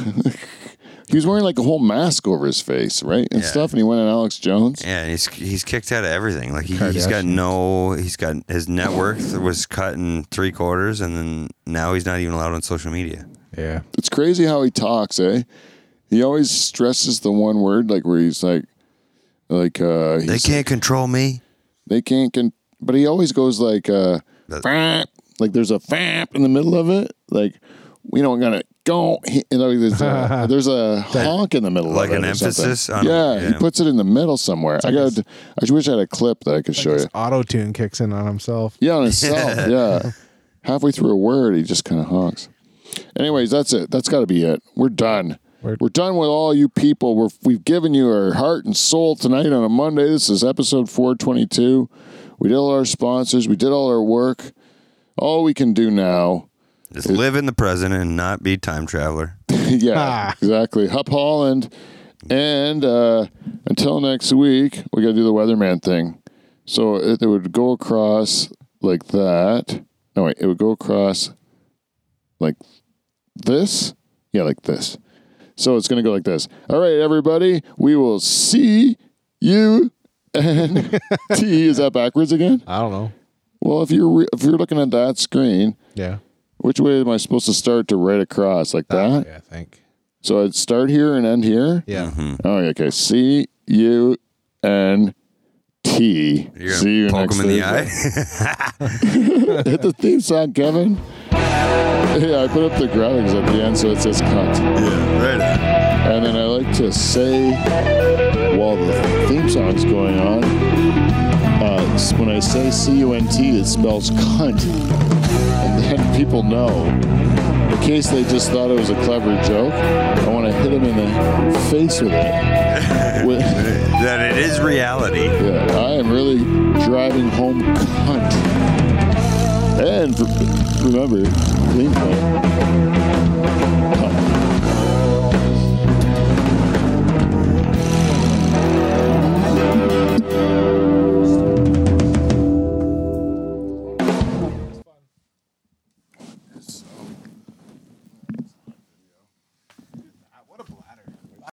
S1: *laughs* he was wearing like a whole mask over his face, right? And
S2: Yeah.
S1: stuff. And he went on Alex Jones.
S2: Yeah, and he's he's kicked out of everything. Like he, he's got
S3: Kardashians.
S2: no, he's got his net worth was cut in three quarters, and then now he's not even allowed on social media.
S3: Yeah.
S1: It's crazy how he talks, eh? He always stresses the one word, like where he's like, like, uh,
S2: They
S1: he's,
S2: can't control me.
S1: they can't, con- but he always goes like, uh, "Fap," like there's a fap in the middle of it. Like, we don't gonna go, he- you know, there's
S2: *laughs*
S1: a, there's a honk in the middle
S2: like
S1: of it.
S2: an
S1: or something.
S2: emphasis on-
S1: yeah, he
S2: yeah.
S1: puts it in the middle somewhere. I got, I wish I had a clip that I could show you.
S3: Auto tune kicks in on himself.
S1: Yeah, on himself. yeah. Halfway through a word, he just kind of honks. Anyways, that's it. That's got to be it. We're done. We're,
S3: We're-
S1: done with all you people. We're, we've given you our heart and soul tonight on a Monday. This is episode 422. We did all our sponsors, we did all our work. All we can do now.
S2: Just live in the present and not be time traveler.
S1: *laughs* yeah,
S3: Ah.
S1: exactly. Hup Holland. And uh, until next week, we got to do the weatherman thing. So it, it would go across like that. No, wait, it would go across like this. Yeah, like this. So it's going to go like this. All right, everybody, we will see you. *laughs* And T is that backwards again?
S3: I don't know.
S1: Well, if you're re- if you're looking at that screen,
S3: Yeah.
S1: which way am I supposed to start to right across like that?
S3: Yeah, I think.
S1: So I'd start here and end here.
S3: Yeah.
S1: Oh, yeah, okay. C U N T.
S2: You're gonna
S1: See you
S2: poke
S1: next
S2: him in the
S1: Thursday.
S2: eye.
S1: *laughs* Hit the theme song, Kevin. Yeah, I put up the graphics at the end, so it says cut.
S2: yeah, *laughs* right.
S1: And then I like to say, while the theme song's going on, uh, when I say C U N T, it spells cunt. And then people know. In case they just thought it was a clever joke, I want to hit them in the face with it. With-
S2: That it is reality.
S1: Yeah, I am really driving home cunt. And r- remember, clean play. Cunt.